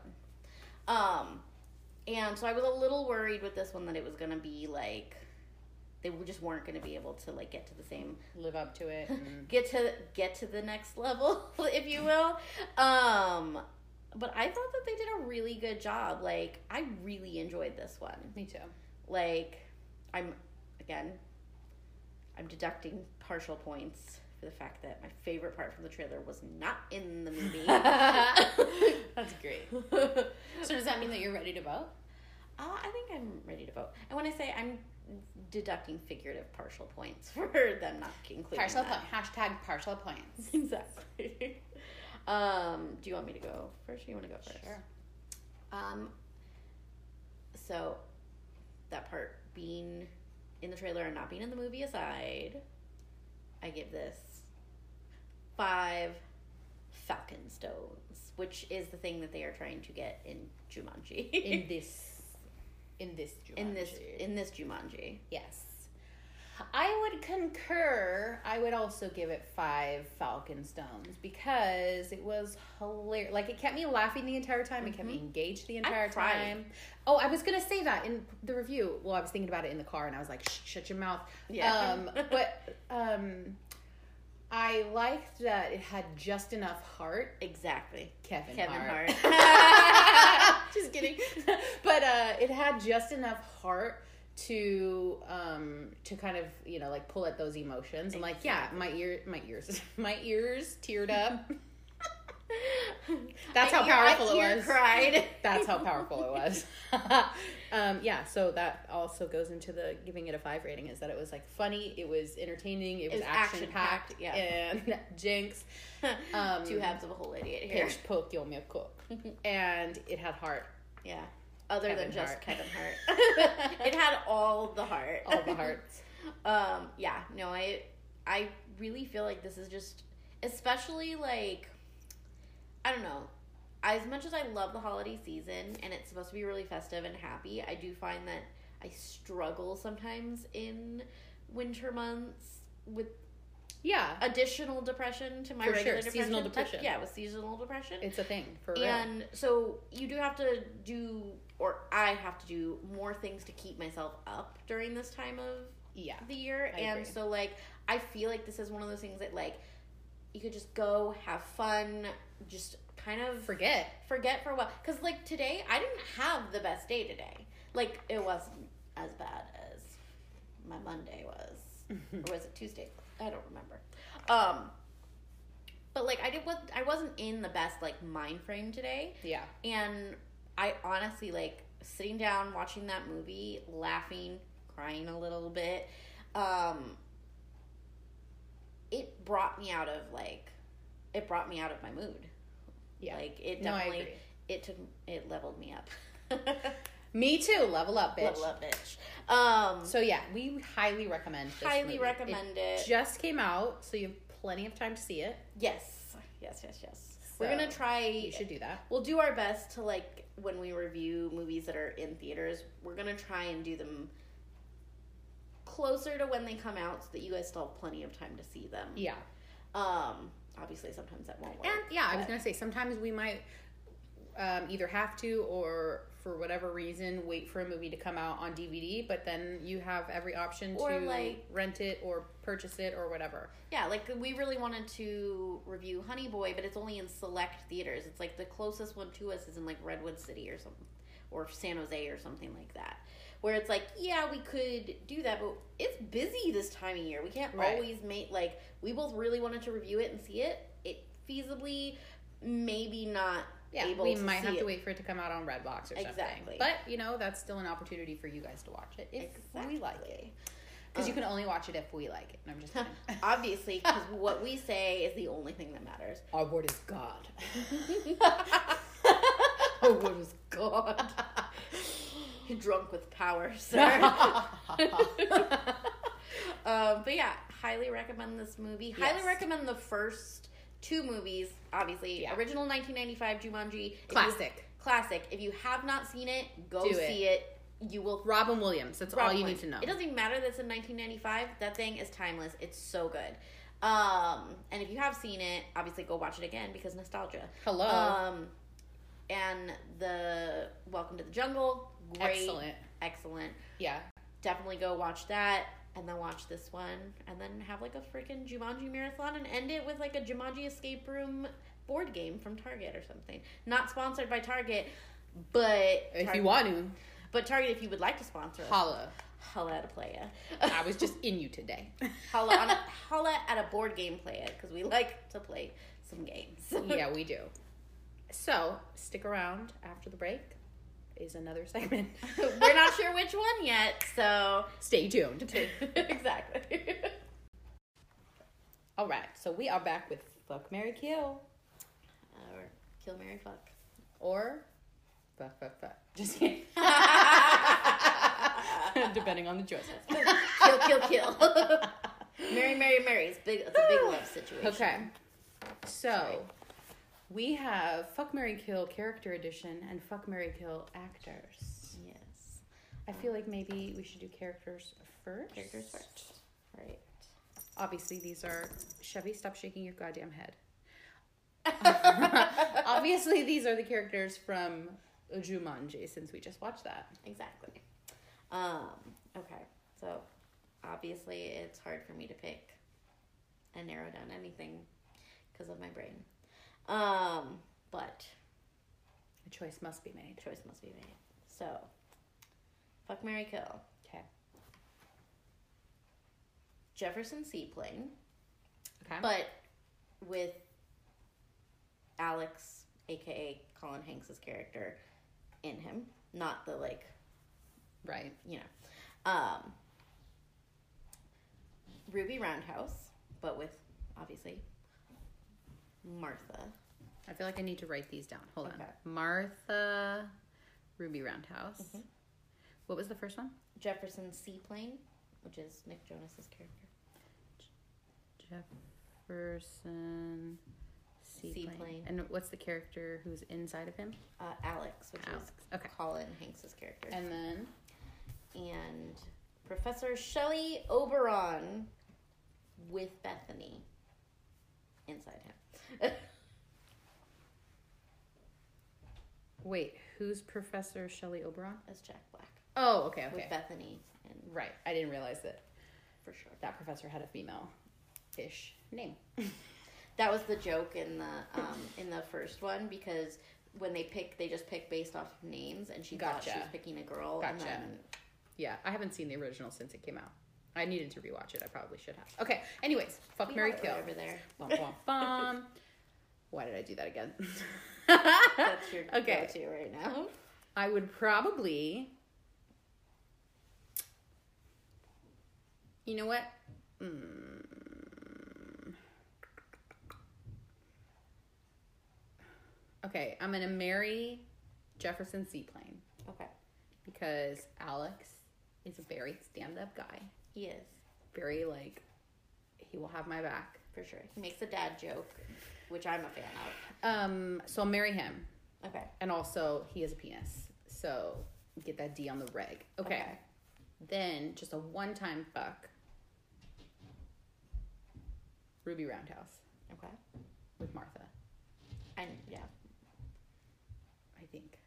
S2: Um, and so I was a little worried with this one that it was gonna be like they just weren't gonna be able to like get to the same
S1: Live up to it. and-
S2: get to get to the next level if you will um but i thought that they did a really good job like i really enjoyed this one
S1: me too.
S2: like i'm again i'm deducting partial points for the fact that my favorite part from the trailer was not in the movie
S1: That's great.
S2: uh,
S1: So does that mean that you're ready to vote?
S2: i think i'm ready to vote and when i say i'm deducting figurative partial points for them not including
S1: Partial
S2: that.
S1: point. Hashtag partial points.
S2: Exactly. um, do you want me to go first or you want to go first? Um, so, that part being in the trailer and not being in the movie aside, I give this five Falcon Stones, which is the thing that they are trying to get in Jumanji.
S1: In this, in this, Jumanji.
S2: in this in this Jumanji.
S1: yes. I would concur. I would also give it five Falcon Stones because it was hilarious. Like it kept me laughing the entire time. It kept me engaged the entire
S2: Mm-hmm. cried.
S1: time. Oh, I was gonna say that in the review. Well, I was thinking about it in the car, and I was like, Shh, "Shut your mouth."
S2: Yeah.
S1: Um, but um, I liked that it had just enough heart
S2: Exactly.
S1: Kevin,
S2: Kevin
S1: Hart.
S2: Hart.
S1: just kidding. but uh, it had just enough heart to um to kind of you know like pull at those emotions and like yeah my ear my ears my ears teared up That's
S2: I
S1: how
S2: ear-
S1: powerful
S2: I
S1: it
S2: ear
S1: was.
S2: Cried.
S1: that's how powerful it was um yeah so that also goes into the giving it a five rating is that it was like funny it was entertaining it was,
S2: was
S1: action packed
S2: action-packed, yeah.
S1: and jinx um
S2: Two halves of a whole idiot here.
S1: pinch poke yo milk cook and it had heart
S2: Yeah. Other
S1: Kevin
S2: than just
S1: Hart.
S2: Kevin Hart. it had all the heart.
S1: all the hearts
S2: um, yeah, no, I I really feel like this is just especially like I don't know. As much as I love the holiday season and it's supposed to be really festive and happy, I do find that I struggle sometimes in winter months with
S1: yeah
S2: additional depression to my
S1: For
S2: regular
S1: sure,
S2: depression.
S1: seasonal
S2: Like,
S1: depression.
S2: yeah, with seasonal depression.
S1: It's a thing for real.
S2: And so you do have to do, or I have to do more things to keep myself up during this time of
S1: yeah,
S2: the year.
S1: I
S2: and
S1: agree.
S2: so, like, I feel like this is one of those things that, like, you could just go have fun, just kind of
S1: forget.
S2: forget for a while. Because, like, today, I didn't have the best day today. Like, it wasn't as bad as my Monday was. or was it Tuesday? I don't remember. Um, but like I did what I wasn't in the best like mind frame today
S1: Yeah,
S2: and I honestly like sitting down watching that movie, laughing, crying a little bit. Um, it brought me out of like, it brought me out of my mood.
S1: Yeah.
S2: Like it
S1: No, I
S2: definitely,
S1: agree.
S2: it took, it leveled me up.
S1: Me too. Level up, bitch.
S2: Level up, bitch. Um,
S1: So yeah, we highly recommend. This
S2: highly
S1: movie.
S2: recommend it.
S1: Just came out, so you have plenty of time to see it.
S2: yes, yes, yes, yes. We're gonna
S1: So,
S2: try.
S1: You should do that.
S2: We'll do our best to like when we review movies that are in theaters. We're gonna try and do them closer to when they come out, so that you guys still have plenty of time to see them.
S1: Yeah.
S2: Um. Obviously, sometimes that won't work.
S1: Mm-hmm. And yeah, I was
S2: but-
S1: gonna say sometimes we might um, either have to or for whatever reason wait for a movie to come out on DVD, but then you have every option
S2: Or,
S1: to
S2: like-
S1: rent it or purchase it or whatever.
S2: Yeah, like we really wanted to review Honey Boy, but it's only in select theaters. It's like the closest one to us is in like Redwood City or something, or San Jose or something like that. Where it's like, yeah, we could do that, but it's busy this time of year. We can't
S1: Right.
S2: always make like we both really wanted to review it and see it. It feasibly, maybe not
S1: Yeah,
S2: able
S1: we
S2: to
S1: might
S2: see
S1: have
S2: it.
S1: to wait for it to come out on Redbox or
S2: Exactly.
S1: something. But you know, that's still an opportunity for you guys to watch it if we like it.
S2: Exactly.
S1: Because you can only watch it if we like it. And I'm just kidding.
S2: Obviously, because what we say is the only thing that matters.
S1: Our word is God.
S2: oh, what is God? You're drunk with power, sir. um, but yeah, highly recommend this movie.
S1: Yes.
S2: Highly recommend the first two movies, obviously.
S1: Yeah.
S2: Original 1995 Jumanji. If you-
S1: Classic.
S2: classic. If you have not seen it, go
S1: Do it.
S2: see it. You will.
S1: Robin Williams. That's all you need to know.
S2: It doesn't even matter that it's in 1995. That thing is timeless. It's so good. Um, and if you have seen it, obviously go watch it again because nostalgia.
S1: Hello.
S2: Um, and the Welcome to the Jungle. Great.
S1: Excellent.
S2: Excellent.
S1: Yeah.
S2: Definitely go watch that and then watch this one and then have like a freaking Jumanji marathon and end it with like a Jumanji escape room board game from Target or something. Not sponsored by Target, but
S1: If
S2: Tar-
S1: you want to,
S2: but Target if you would like to sponsor us.
S1: holla.
S2: Holla at a playa.
S1: I was just in you today.
S2: holla on a, holla at a board game player because we like to play some games.
S1: yeah, we do. So stick around after the break is another segment.
S2: We're not sure which one yet, so
S1: Stay tuned.
S2: exactly.
S1: All right, so we are back with fuck, Mary, kill,
S2: or kill Mary fuck.
S1: or fuck, fuck, fuck. Just kidding. Depending on the choices.
S2: Kill kill kill. Mary Mary Mary. It's big. It's a big love situation.
S1: Okay. So we have fuck, Mary, kill character edition and fuck, Mary, kill actors.
S2: Yes.
S1: I feel like maybe we should do characters first.
S2: Characters first. Right.
S1: Obviously, these are Chevy. Stop shaking your goddamn head. Obviously, these are the characters from Jumanji since we just watched that.
S2: Exactly. Um. Okay. So obviously, it's hard for me to pick and narrow down anything because of my brain. Um. But
S1: A choice must be made.
S2: choice must be made. So, fuck Mary kill.
S1: Okay.
S2: Jefferson Seaplane,
S1: Okay.
S2: but with Alex, aka Colin Hanks's character, in him, not the like
S1: right.
S2: you know, um, Ruby Roundhouse, but with obviously Martha.
S1: I feel like I need to write these down. Hold
S2: Okay.
S1: on. Martha Ruby Roundhouse. What was the first one?
S2: Jefferson Seaplane, which is Nick Jonas's character.
S1: Jefferson Seaplane.
S2: Seaplane.
S1: And what's the character who's inside of him?
S2: Uh, Alex, which
S1: Alex.
S2: is
S1: Okay.
S2: Colin Hanks's character.
S1: And then
S2: and Professor Shelley Oberon with Bethany inside him.
S1: wait, who's Professor Shelley Oberon?
S2: As Jack Black.
S1: Oh, okay, okay.
S2: With Bethany and
S1: Right. I didn't realize that
S2: for sure.
S1: that professor had a female ish name.
S2: That was the joke in the um, in the first one because when they pick they just pick based off of names and she thought she
S1: Gotcha.
S2: was picking a girl and
S1: Gotcha.
S2: then
S1: Yeah, I haven't seen the original since it came out. I needed to rewatch it. I probably should have. Okay, anyways, fuck
S2: we
S1: Oh, Mary
S2: got it
S1: Kill.
S2: right over there.
S1: Bum, bum, bum. Why did I do that again?
S2: That's your
S1: Okay.
S2: go-to right now.
S1: I would probably You know what? Mm. Okay, I'm gonna marry Jefferson Seaplane
S2: Okay.
S1: because Alex is a very stand-up guy.
S2: He is
S1: Very like he will have my back.
S2: for sure. He makes a dad joke, which I'm a fan of.
S1: Um, so I'll marry him.
S2: Okay.
S1: And also, he has a penis. So get that D on the reg. Okay.
S2: Okay.
S1: Then just a one time fuck. Ruby Roundhouse
S2: Okay.
S1: with Martha,
S2: And yeah.
S1: I think.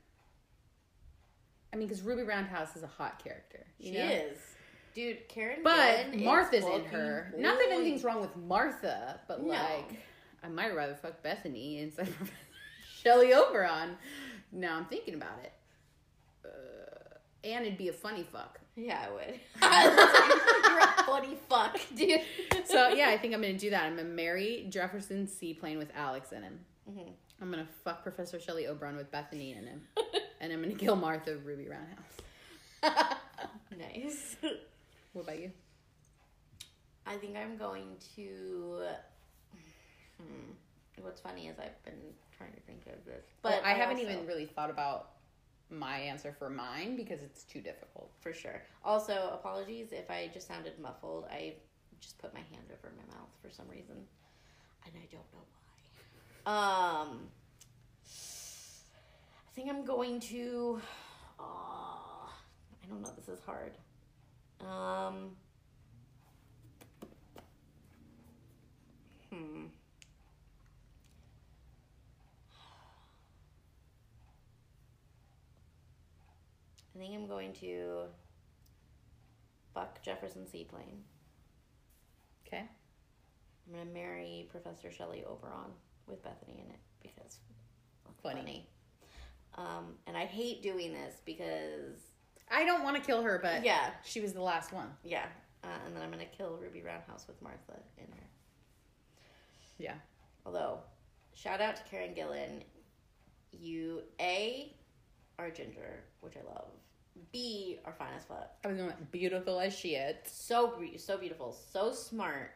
S1: I mean, because Ruby Roundhouse is a hot character. you
S2: She
S1: know?
S2: is. Dude, Karen.
S1: But
S2: Gillan is
S1: Martha's in
S2: fucking
S1: her. Not that
S2: cool.
S1: anything's wrong with Martha, but
S2: No.
S1: like, I might rather fuck Bethany instead of Shelly Oberon. Now I'm thinking about it. Uh, and it'd be a funny fuck.
S2: Yeah, I would. You're a funny fuck, dude.
S1: So yeah, I think I'm gonna do that. I'm gonna marry Jefferson Seaplane with Alex in him.
S2: Mhm.
S1: I'm gonna fuck Professor Shelley Oberon with Bethany in him, and I'm gonna kill Martha Ruby Roundhouse.
S2: Nice.
S1: what about you?
S2: I think I'm going to. Hmm. What's funny is I've been trying to think of this, but
S1: Well, I, haven't
S2: also-
S1: even really thought about my answer for mine because it's too difficult.
S2: for sure. Also, apologies if I just sounded muffled. I just put my hand over my mouth for some reason, and I don't know why. Um, I think I'm going to. ah, I don't know. This is hard. Um. Hmm. I think I'm going to fuck Jefferson Seaplane.
S1: Okay.
S2: I'm gonna marry Professor Shelley Oberon with Bethany in it because
S1: Funny.
S2: Um, and I hate doing this because
S1: I don't want to kill her, but
S2: yeah,
S1: she was the last one.
S2: yeah. Uh, and then I'm gonna kill Ruby Roundhouse with Martha in her.
S1: Yeah.
S2: Although, shout out to Karen Gillan. You a are ginger, which I love. B are fine as fuck.
S1: I was going beautiful as she is.
S2: so be- so beautiful, so smart,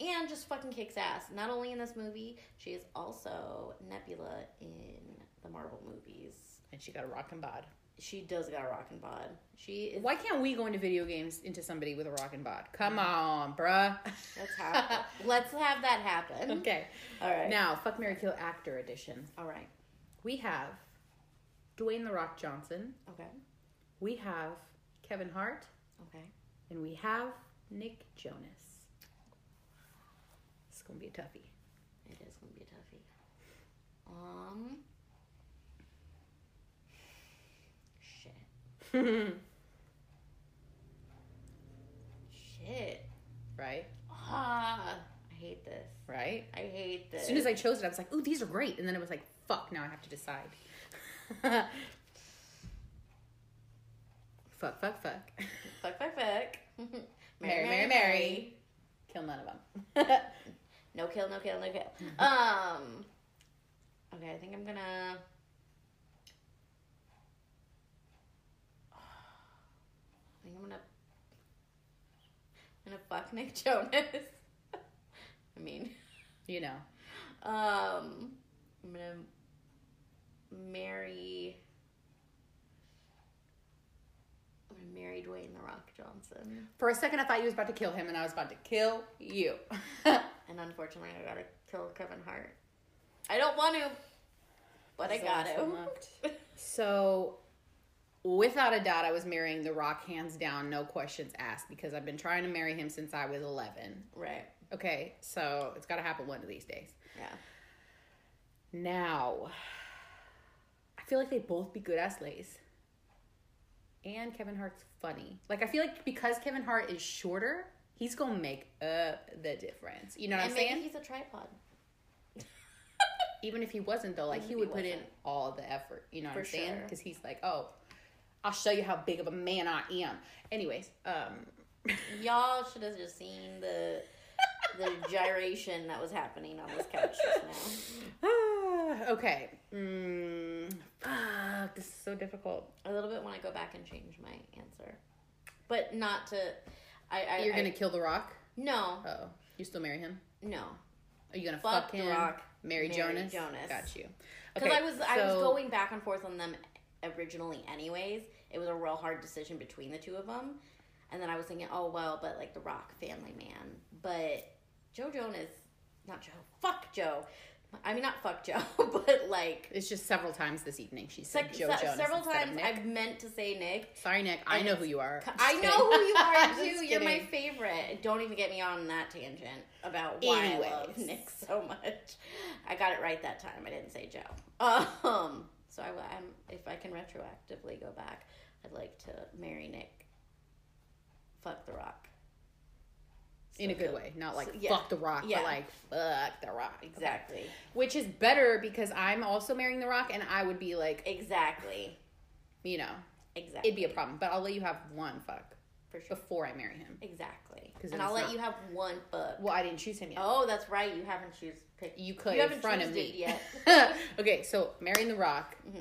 S2: and just fucking kicks ass. Not only in this movie, she is also Nebula in the Marvel movies.
S1: And she got a rockin' bod.
S2: She does got a rockin' bod. She is.
S1: Why can't we go into video games into somebody with a rockin' bod? Come on, bruh.
S2: Let's have let's have that happen.
S1: okay.
S2: All right.
S1: Now, fuck Mary Kill actor edition.
S2: All right.
S1: We have Dwayne The Rock Johnson.
S2: Okay.
S1: We have Kevin Hart.
S2: Okay.
S1: And we have Nick Jonas. It's going to be a toughie.
S2: It is gonna be a toughie. Um. Shit. Shit.
S1: right?
S2: Ah, I hate this.
S1: Right?
S2: I hate this.
S1: As soon as I chose it, I was like, ooh, these are great. And then it was like, fuck, now I have to decide. fuck, fuck, fuck.
S2: fuck, fuck, fuck.
S1: Mary, Mary, Mary. Kill none of them.
S2: No kill, no kill, no kill. um. Okay, I think I'm gonna. I think I'm gonna. I'm gonna fuck Nick Jonas. I mean,
S1: you know.
S2: um, I'm gonna marry. I'm gonna marry Dwayne the Rock Johnson.
S1: For a second, I thought you was about to kill him, and I was about to kill you.
S2: And unfortunately, I gotta kill Kevin Hart. I don't want to, but I
S1: So
S2: got
S1: awesome
S2: to.
S1: left. So, without a doubt, I was marrying The Rock, hands down, no questions asked, because I've been trying to marry him since I was 11.
S2: Right.
S1: Okay, so it's got to happen one of these days.
S2: Yeah.
S1: Now, I feel like they'd both be good ass lays. And Kevin Hart's funny. Like, I feel like because Kevin Hart is shorter, he's gonna make up the difference. You know what
S2: and
S1: I'm
S2: maybe
S1: saying?
S2: he's a tripod.
S1: Even if he wasn't, though, like,
S2: Even
S1: he
S2: if
S1: would
S2: he
S1: put in
S2: wasn't.
S1: all the effort. You know what
S2: For
S1: I'm saying?
S2: sure.
S1: Because he's like, oh, I'll show you how big of a man I am. Anyways, um,
S2: Y'all should have just seen the the gyration that was happening on this couch just
S1: ah, okay. Mm, fuck, this is so difficult.
S2: now. A little bit when I go back and change my answer, but not to. I, I
S1: You're
S2: I-
S1: gonna kill The Rock?
S2: no,
S1: Oh, you still marry him?
S2: no,
S1: Are you gonna fuck,
S2: Fuck
S1: him?
S2: The Rock,
S1: Marry,
S2: marry
S1: Jonas?
S2: Jonas.
S1: Got you.
S2: because I was I was
S1: so-
S2: going back and forth on them originally. Anyways, it was a real hard decision between the two of them, and then I was thinking, oh well, but like the Rock Family Man, but Joe Jonas, not Joe, fuck Joe. I mean, not fuck Joe, but like.
S1: It's just several times this evening she said
S2: Sec-
S1: Joe
S2: se-
S1: Jonas
S2: several
S1: instead of
S2: times
S1: Nick.
S2: I've meant to say Nick,
S1: Sorry, Nick. I know who you are.
S2: I know who you are
S1: Just
S2: too. You're my
S1: kidding.
S2: favorite. Don't even get me on that tangent about why I love
S1: Anyways.
S2: Nick so much. I got it right that time. I didn't say Joe. Um, so I, am if I can retroactively go back, I'd like to marry Nick. Fuck the Rock.
S1: in a good
S2: So-
S1: way, not like
S2: so- yeah.
S1: fuck the rock,
S2: Yeah.
S1: but like fuck the rock.
S2: Exactly.
S1: Which is better because I'm also marrying the rock, and I would be like,
S2: Exactly.
S1: you know,
S2: Exactly.
S1: it'd be a problem. But I'll let you have one fuck
S2: for sure.
S1: before I marry him.
S2: Exactly.
S1: 'Cause
S2: And
S1: it's
S2: I'll let
S1: not-
S2: you have one book.
S1: Well, I didn't choose him yet.
S2: Oh, that's right. You haven't choose picked.
S1: You could
S2: You
S1: in
S2: haven't
S1: front
S2: choosed
S1: of
S2: it
S1: me
S2: yet.
S1: okay, so marrying the rock,
S2: Mhm.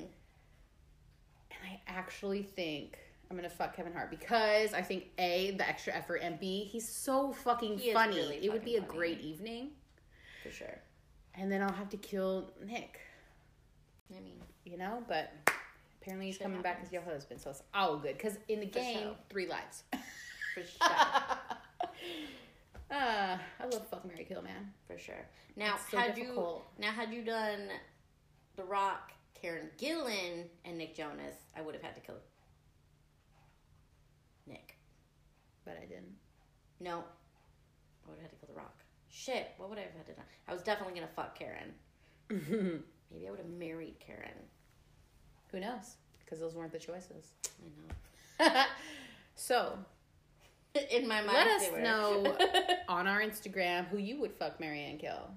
S1: and I actually think. I'm gonna fuck Kevin Hart because I think A, the extra effort, and B, he's so fucking
S2: He is
S1: funny.
S2: really
S1: it would
S2: fucking
S1: be a
S2: funny.
S1: great evening.
S2: For sure.
S1: And then I'll have to kill Nick.
S2: I mean.
S1: you know, but apparently he's
S2: Shit
S1: coming back as your husband, so it's all good. Because in the game,
S2: sure.
S1: three lives.
S2: For sure.
S1: Uh, I love fuck Mary Kill, man.
S2: For sure. Now,
S1: It's so
S2: had
S1: difficult.
S2: you now had you done The Rock, Karen Gillan, and Nick Jonas, I would have had to kill Nick.
S1: But I didn't.
S2: No, I would have had to kill The Rock. Shit, what would I have had to done? I was definitely gonna fuck Karen. Maybe I would have married Karen.
S1: Who knows? Because those weren't the choices.
S2: I know.
S1: so
S2: In my mind,
S1: let
S2: they
S1: us
S2: were.
S1: know on our Instagram who you would fuck, marry, and kill.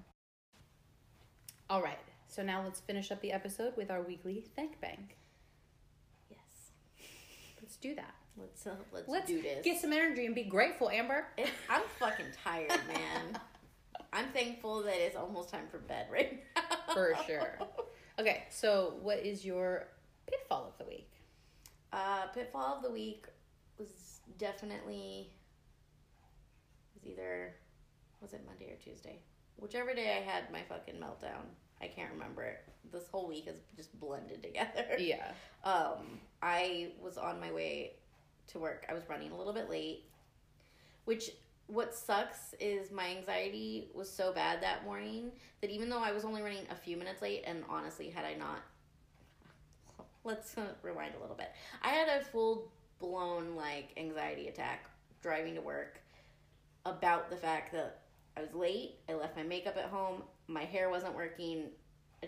S1: All right. So now let's finish up the episode with our weekly thank bank.
S2: yes.
S1: Let's do that.
S2: Let's uh, let's,
S1: Let's
S2: do this.
S1: get some energy and be grateful, Amber.
S2: It, I'm fucking tired, man. I'm thankful that it's almost time for bed right now.
S1: For sure. Okay, so what is your pitfall of the week?
S2: Uh, pitfall of the week was definitely was either was it Monday or Tuesday, whichever day I had my fucking meltdown. I can't remember. This whole week is just blended together.
S1: Yeah.
S2: Um, I was on my way to work. I was running a little bit late, which what sucks is my anxiety was so bad that morning that even though I was only running a few minutes late, and honestly, had I not, let's uh, rewind a little bit. I had a full blown like anxiety attack driving to work about the fact that I was late. I left my makeup at home. My hair wasn't working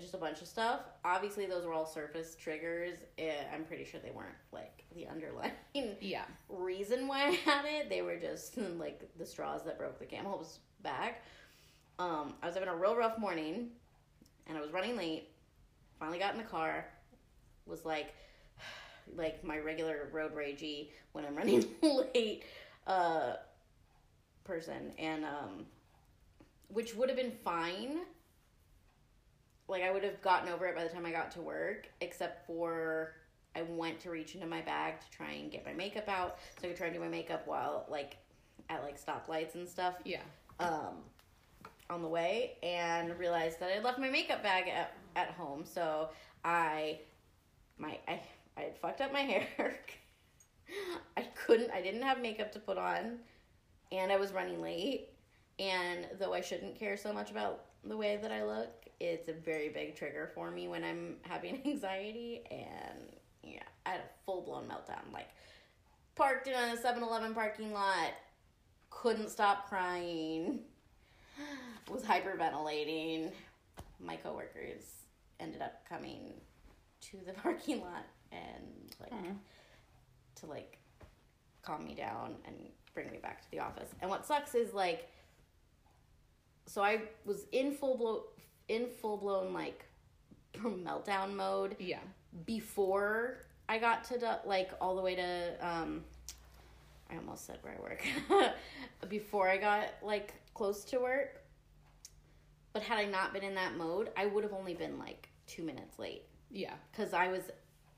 S2: just a bunch of stuff. Obviously, those were all surface triggers. Eh, I'm pretty sure they weren't like the underlying
S1: Yeah.
S2: reason why I had it. They were just like the straws that broke the camel's back. Um, I was having a real rough morning, and I was running late. Finally got in the car. Was like, like my regular road ragey when I'm running late, uh, person, and um, which would have been fine. Like I would have gotten over it by the time I got to work, except for I went to reach into my bag to try and get my makeup out, so I could try and do my makeup while like at like stoplights and stuff
S1: Yeah.
S2: um, on the way and realized that I left my makeup bag at, at home. So I, my, I, I had fucked up my hair. I couldn't, I didn't have makeup to put on and I was running late. And though I shouldn't care so much about the way that I look, it's a very big trigger for me when I'm having anxiety. And yeah, I had a full blown meltdown. Like, parked in a 7 Eleven parking lot, couldn't stop crying, was hyperventilating. My coworkers ended up coming to the parking lot and like
S1: Aw.
S2: to like calm me down and bring me back to the office. And what sucks is like so I was in full blow in full blown like meltdown mode
S1: Yeah.
S2: before I got to the, like all the way to um I almost said where I work. before I got like close to work. But had I not been in that mode, I would have only been like 2 minutes late
S1: Yeah.
S2: cuz I was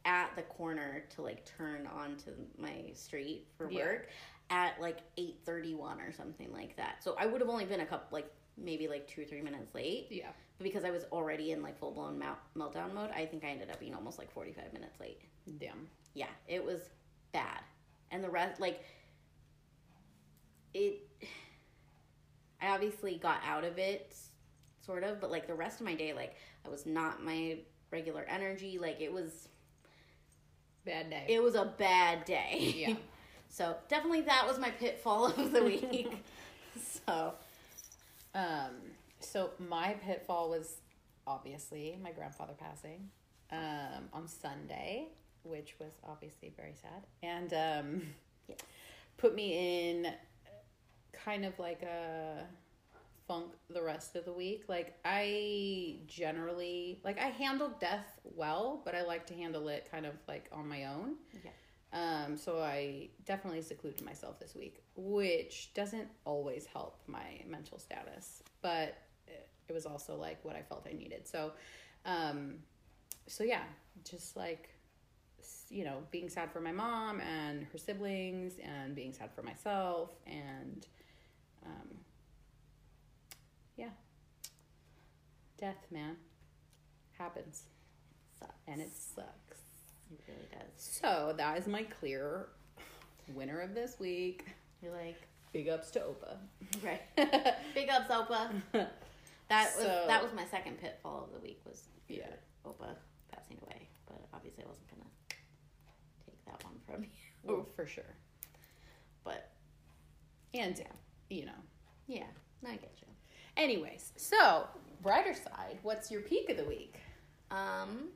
S2: at the corner to like turn onto my street for
S1: Yeah.
S2: work at like 8:31 or something like that. So I would have only been a couple like maybe like 2 or 3 minutes late.
S1: Yeah.
S2: But because I was already in like full-blown mount- meltdown mode, I think I ended up being almost like 45 minutes late.
S1: Damn.
S2: Yeah, it was bad. And the rest like it I obviously got out of it sort of, but like the rest of my day like I was not my regular energy, like it was
S1: Bad day.
S2: it was a bad day.
S1: yeah.
S2: So definitely that was my pitfall of the week. so
S1: Um, so my pitfall was obviously my grandfather passing um, on Sunday, which was obviously very sad, and um,
S2: Yes.
S1: put me in kind of like a funk the rest of the week. Like I generally like I handle death well, but I like to handle it kind of like on my own.
S2: Yeah.
S1: Um, so I definitely secluded myself this week, which doesn't always help my mental status, but it it was also like what I felt I needed. So, um, so yeah, just like s- you know, being sad for my mom and her siblings, and being sad for myself, and um, yeah, death, man, happens,
S2: sucks.
S1: and it sucks.
S2: it really does.
S1: So that is my clear winner of this week.
S2: You're like
S1: Big ups to Opa.
S2: right. Big ups, Opa. That was
S1: So-
S2: that was my second pitfall of the week was
S1: Yeah.
S2: Opa passing away. But obviously I wasn't gonna take that one from you.
S1: Oh, for sure.
S2: But
S1: And you know.
S2: yeah, no, I get you.
S1: Anyways, so brighter side, what's your peak of the week?
S2: Um,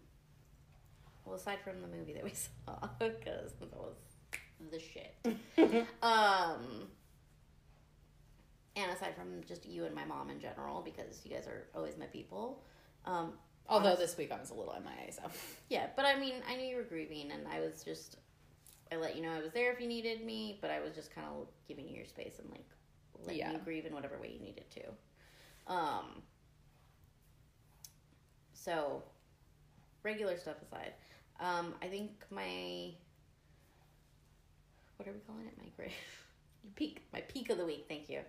S2: well, aside from the movie that we saw, because that was the shit. um, and aside from just you and my mom in general, because you guys are always my people. Um,
S1: Although
S2: honest-
S1: this week I was a little MIA, so
S2: yeah, but I mean, I knew you were grieving, and I was just, I let you know I was there if you needed me, but I was just kind of giving you your space and like letting
S1: Yeah.
S2: you grieve in whatever way you needed to. Um. So, regular stuff aside, um, I think my, what are we calling it? My grade,
S1: your peak.
S2: my peak of the week. Thank you.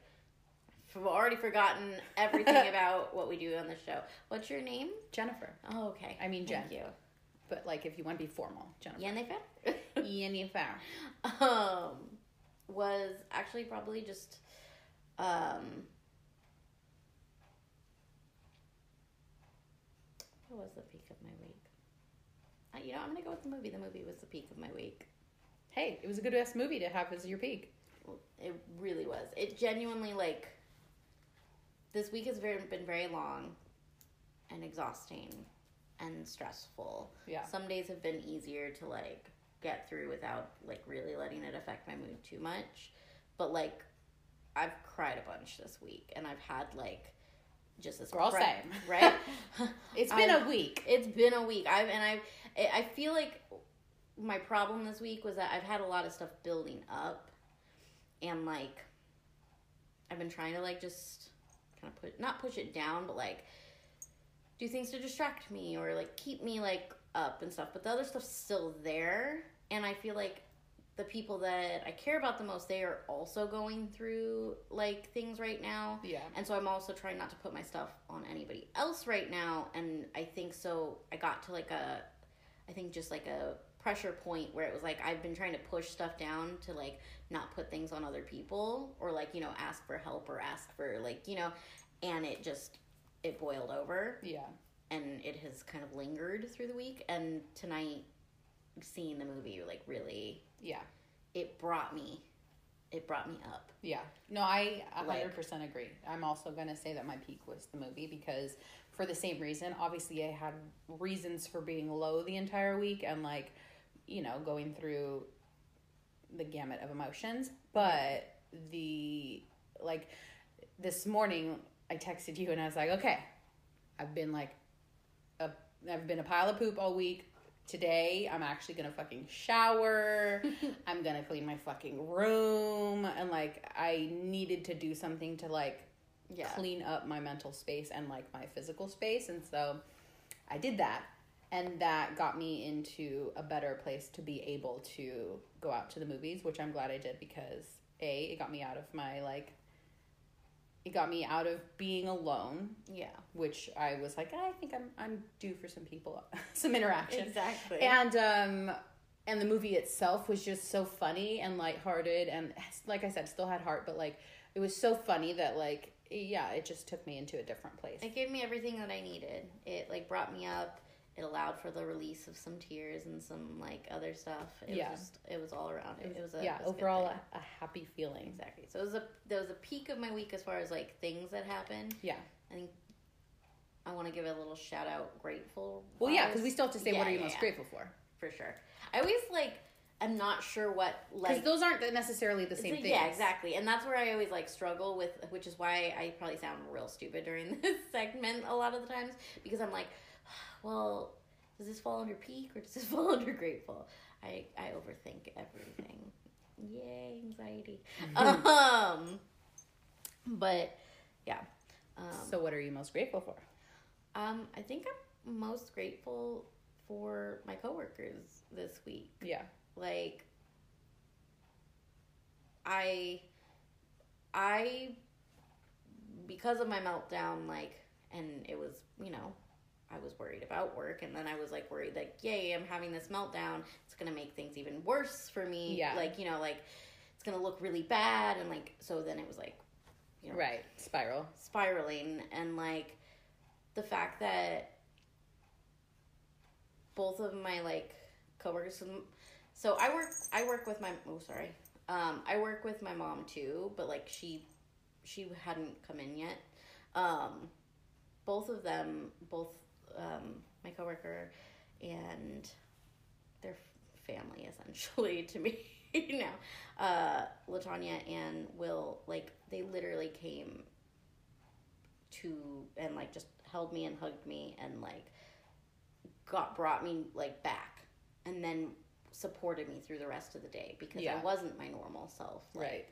S2: I've already forgotten everything about what we do on the show. What's your name?
S1: Jennifer.
S2: Oh, okay.
S1: I mean
S2: Thank
S1: Jen.
S2: you.
S1: But like if you want to be formal, Jennifer.
S2: Yennefer?
S1: Jennifer.
S2: um, was actually probably just um, what was the peak of my week? Uh, you know, I'm gonna go with the movie. The movie was the peak of my week.
S1: Hey, it was a good ass movie to have as your peak.
S2: It really was. It genuinely like this week has very, been very long and exhausting and stressful.
S1: Yeah.
S2: Some days have been easier to like get through without like really letting it affect my mood too much. But like I've cried a bunch this week and I've had like just this
S1: We're all
S2: cra-
S1: same.
S2: right?
S1: It's been
S2: I-
S1: a week.
S2: It's been a week. I've and I've I I feel like my problem this week was that I've had a lot of stuff building up and like I've been trying to like just kind of put not push it down, but like do things to distract me or like keep me like up and stuff. But the other stuff's still there, and I feel like the people that I care about the most, they are also going through like things right now.
S1: Yeah.
S2: And so I'm also trying not to put my stuff on anybody else right now. And I think so. I got to like a, I think just like a pressure point where it was like I've been trying to push stuff down to like not put things on other people or like, you know, ask for help or ask for like, you know, and it just, it boiled over
S1: Yeah.
S2: and it has kind of lingered through the week. And tonight, seeing the movie, like really,
S1: Yeah.
S2: it brought me, it brought me up.
S1: Yeah. No, I a
S2: Like-
S1: 100% agree. I'm also going to say that my peak was the movie because for the same reason, obviously I had reasons for being low the entire week and like, you know, going through the gamut of emotions, but the like this morning I texted you and I was like, "Okay, I've been like a I've been a pile of poop all week. Today I'm actually gonna fucking shower. I'm gonna clean my fucking room. And like I needed to do something to like
S2: Yeah.
S1: clean up my mental space and like my physical space. And so I did that. And that got me into a better place to be able to go out to the movies, which I'm glad I did because a it got me out of my like it got me out of being alone
S2: Yeah.
S1: which i was like i think i'm i'm due for some people some interaction
S2: Exactly.
S1: and um and the movie itself was just so funny and lighthearted and like I said, still had heart, but like it was so funny that like yeah, it just took me into a different place.
S2: It gave me everything that I needed. It like brought me up. It allowed for the release of some tears and some like other stuff. It
S1: Yeah.
S2: was just it was all around. It, it was a
S1: yeah,
S2: it was a good
S1: overall
S2: thing.
S1: a, a happy feeling.
S2: exactly. So it was a there was a peak of my week as far as like things that happened.
S1: Yeah.
S2: I think I want to give a little shout out. Grateful.
S1: Well, yeah,
S2: wise.
S1: because we still have to say
S2: Yeah,
S1: what are you
S2: yeah,
S1: most
S2: yeah,
S1: grateful for?
S2: for sure. I always like I'm not sure what
S1: Because
S2: like
S1: those aren't necessarily the
S2: So,
S1: same thing.
S2: Yeah, exactly. And that's where I always like struggle with, which is why I probably sound real stupid during this segment a lot of the times because I'm like, well, does this fall under peak or does this fall under grateful? I I overthink everything. Yay, anxiety. um, but yeah. Um,
S1: So what are you most grateful for?
S2: um, I think I'm most grateful for my coworkers this week
S1: Yeah.
S2: like i i because of my meltdown like and it was you know i was worried about work and then i was like worried like yay i'm having this meltdown it's gonna make things even worse for me
S1: Yeah.
S2: like you know like it's gonna look really bad and like so then it was like you know
S1: Right. Spiral.
S2: spiraling and like the fact that both of my like coworkers so- so I work I work with my oh sorry um I work with my mom too but like she she hadn't come in yet um both of them both um my coworker and their family essentially to me you know uh Latanya and Will like they literally came to and like just held me and hugged me and like got brought me like back and then supported me through the rest of the day because
S1: Yeah.
S2: I wasn't my normal self. Like
S1: Right.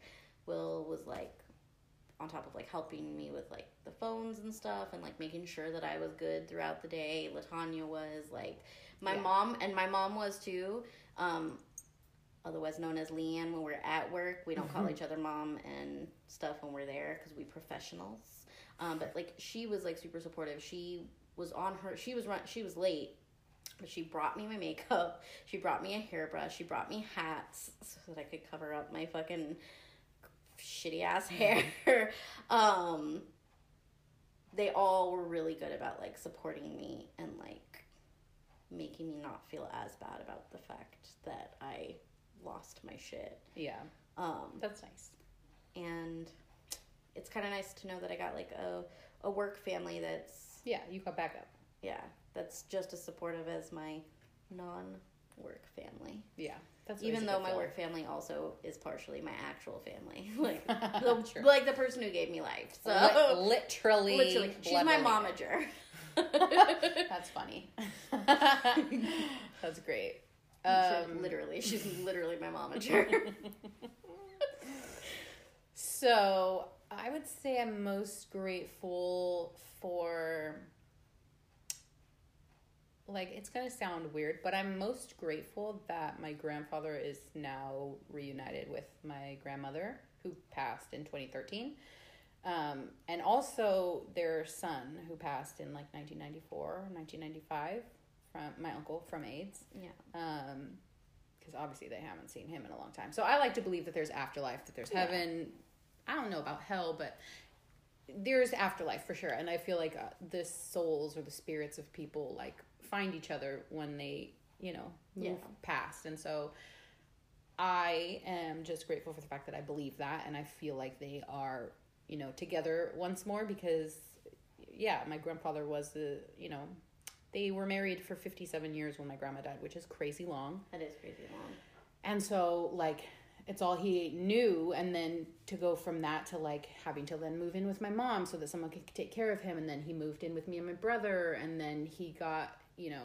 S2: Will was like on top of like helping me with like the phones and stuff and like making sure that I was good throughout the day. Latanya was like my
S1: Yeah.
S2: mom and my mom was too. Um otherwise known as Leanne when we're at work. We don't call each other mom and stuff when we're there because we professionals. Um, but like she was like super supportive. She was on her. She was run. She was late, but she brought me my makeup. She brought me a hairbrush. She brought me hats so that I could cover up my fucking shitty ass hair. um, they all were really good about like supporting me and like making me not feel as bad about the fact that I lost my shit.
S1: Yeah.
S2: Um,
S1: That's nice.
S2: and it's kind of nice to know that I got like a a work family that's
S1: Yeah, you got backup.
S2: yeah that's just as supportive as my non work family.
S1: Yeah. That's always
S2: Even
S1: a
S2: though
S1: good
S2: my
S1: feeling.
S2: work family also is partially my actual family, like the,
S1: Sure.
S2: like the person who gave me life. So
S1: Li- literally,
S2: literally, she's
S1: blood
S2: my
S1: related.
S2: momager.
S1: That's funny. That's great. Um,
S2: literally, she's literally my momager.
S1: so I would say I'm most grateful for. Like it's gonna sound weird, but I'm most grateful that my grandfather is now reunited with my grandmother who passed in 2013, um, and also their son who passed in like 1994, 1995 from my uncle from AIDS.
S2: yeah,
S1: um because obviously they haven't seen him in a long time so i like to believe that there's afterlife that there's
S2: Yeah.
S1: heaven i don't know about hell but there's afterlife for sure and i feel like uh, the souls or the spirits of people like find each other when they you know move
S2: Yeah.
S1: past and so i am just grateful for the fact that i believe that and i feel like they are you know together once more because yeah my grandfather was the you know they were married for 57 years when my grandma died which is crazy long
S2: that is crazy long.
S1: and so like it's all he knew and then to go from that to like having to then move in with my mom so that someone could take care of him and then he moved in with me and my brother and then he got you know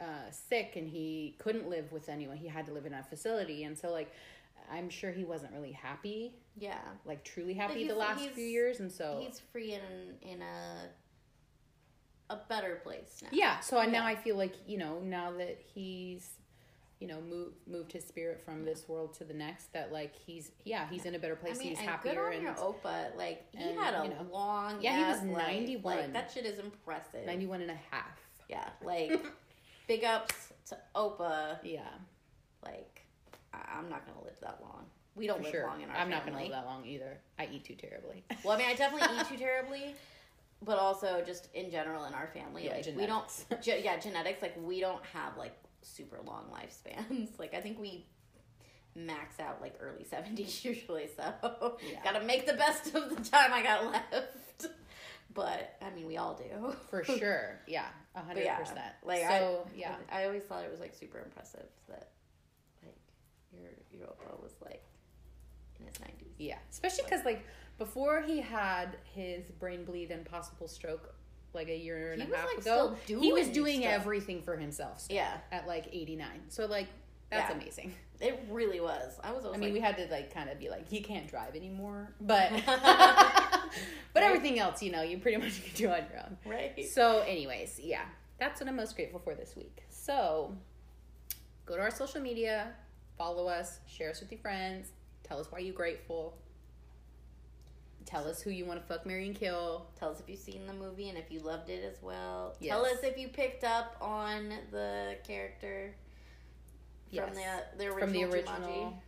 S1: uh, sick and he couldn't live with anyone he had to live in a facility and so like i'm sure he wasn't really happy
S2: Yeah,
S1: like truly happy the
S2: he's-
S1: last
S2: he's-
S1: few years and so
S2: he's free in in a a better place now.
S1: Yeah. So I now I
S2: Yeah.
S1: feel like you know now that he's, you know, move, moved his spirit from this world to the next. That like he's yeah, he's in a better place.
S2: I mean,
S1: he's
S2: and
S1: happier
S2: good on
S1: and
S2: your Opa. Like he
S1: and,
S2: had a
S1: you know.
S2: long.
S1: Yeah, he
S2: ass
S1: was
S2: life.
S1: 91.
S2: Like, that shit is impressive.
S1: 91 and a half.
S2: Yeah, like big ups to Opa.
S1: Yeah,
S2: Like I- I'm not gonna live that long. We don't
S1: for
S2: live
S1: sure.
S2: long in our
S1: I'm not gonna
S2: family.
S1: live that long either. I eat too terribly.
S2: Well, I mean, I definitely eat too terribly, but also just in general in our family,
S1: Yeah,
S2: like
S1: genetics.
S2: we don't. Ge- yeah, genetics. Like we don't have like super long lifespans. Like I think we max out like early seventies usually. So
S1: Yeah.
S2: gotta make the best of the time I got left. But I mean, we all do.
S1: for sure. Yeah, a
S2: But
S1: hundred
S2: yeah,
S1: percent.
S2: like
S1: so,
S2: I,
S1: yeah,
S2: I always thought it was like super impressive that like your your opa was like in his nineties.
S1: yeah. Especially because like before he had his brain bleed and possible stroke, like a year and
S2: He
S1: a
S2: was,
S1: half
S2: like,
S1: ago,
S2: still
S1: he was
S2: doing
S1: doing
S2: stuff.
S1: everything for himself. still
S2: Yeah,
S1: At like 89. So like that's
S2: Yeah.
S1: amazing.
S2: it really was. I was. Always
S1: I mean,
S2: like,
S1: we had to like kind of be like, he can't drive anymore, but but
S2: Right.
S1: everything else, you know, you pretty much can do on your own.
S2: Right.
S1: So, anyways, yeah, that's what I'm most grateful for this week. So, go to our social media, follow us, share us with your friends, tell us why you're grateful, tell us who you want to fuck, marry, and kill.
S2: Tell us if you've seen the movie and if you loved it as well.
S1: Yes.
S2: Tell us if you picked up on the character from
S1: Yes.
S2: the the original.
S1: from the
S2: Jumanji.
S1: original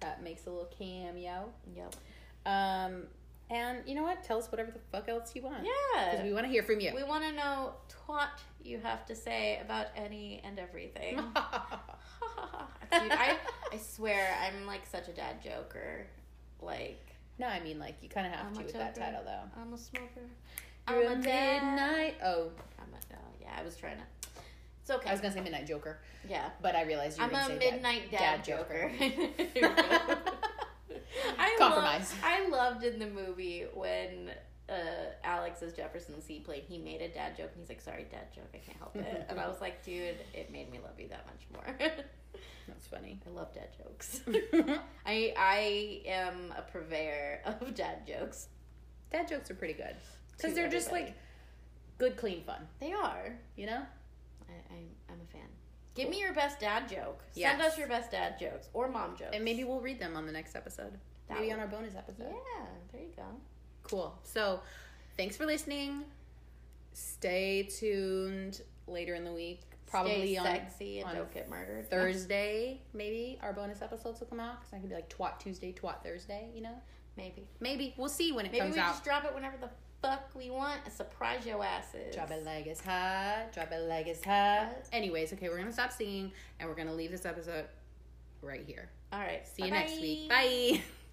S1: that makes a little cameo.
S2: Yep.
S1: Um, and you know what? Tell us whatever the fuck else you want. Because
S2: Yeah.
S1: Uh, we want to hear from you.
S2: We, want to know what you have to say about any and everything. Dude, I I swear I'm like such a dad joker. Like
S1: no, I mean like you kind of have
S2: I'm
S1: to
S2: a
S1: with that
S2: joker.
S1: title though.
S2: I'm a smoker.
S1: Through
S2: I'm a dad.
S1: midnight. Oh,
S2: I'm a, oh, yeah, I was trying to. It's okay.
S1: I was gonna say midnight joker,
S2: yeah.
S1: but I realized you were
S2: I'm
S1: gonna
S2: a
S1: say that.
S2: midnight dad,
S1: dad joker.
S2: joker. I
S1: Compromise.
S2: Loved, I loved in the movie when uh, Alex is Jefferson's C plate. He made a dad joke, and he's like, "Sorry, dad joke. I can't help it." and I was like, "Dude, it made me love you that much more."
S1: That's funny.
S2: I love dad jokes. I I am a purveyor of dad jokes.
S1: dad jokes are pretty good because
S2: To
S1: they're just
S2: everybody.
S1: like good, clean fun.
S2: They are.
S1: You know?
S2: I, I'm I'm a fan. Give me your best dad joke. Send
S1: Yes.
S2: us your best dad jokes or mom jokes.
S1: And maybe we'll read them on the next episode.
S2: That
S1: maybe
S2: would-
S1: on our bonus episode.
S2: yeah. There you go.
S1: Cool. So, thanks for listening. Stay tuned later in the week. Probably
S2: Stay
S1: on
S2: sexy and
S1: on
S2: don't get murdered.
S1: Thursday, maybe our bonus episodes will come out because I could be like Twat Tuesday, Twat Thursday. You know,
S2: Maybe.
S1: maybe we'll see when it
S2: Maybe
S1: comes
S2: we
S1: out.
S2: just drop it whenever the fuck we want and surprise your asses.
S1: Drop it like it's hot. Drop it like it's hot. Anyways, okay, we're gonna stop singing and we're gonna leave this episode right here.
S2: All right.
S1: See you next week.
S2: Bye.
S1: Bye.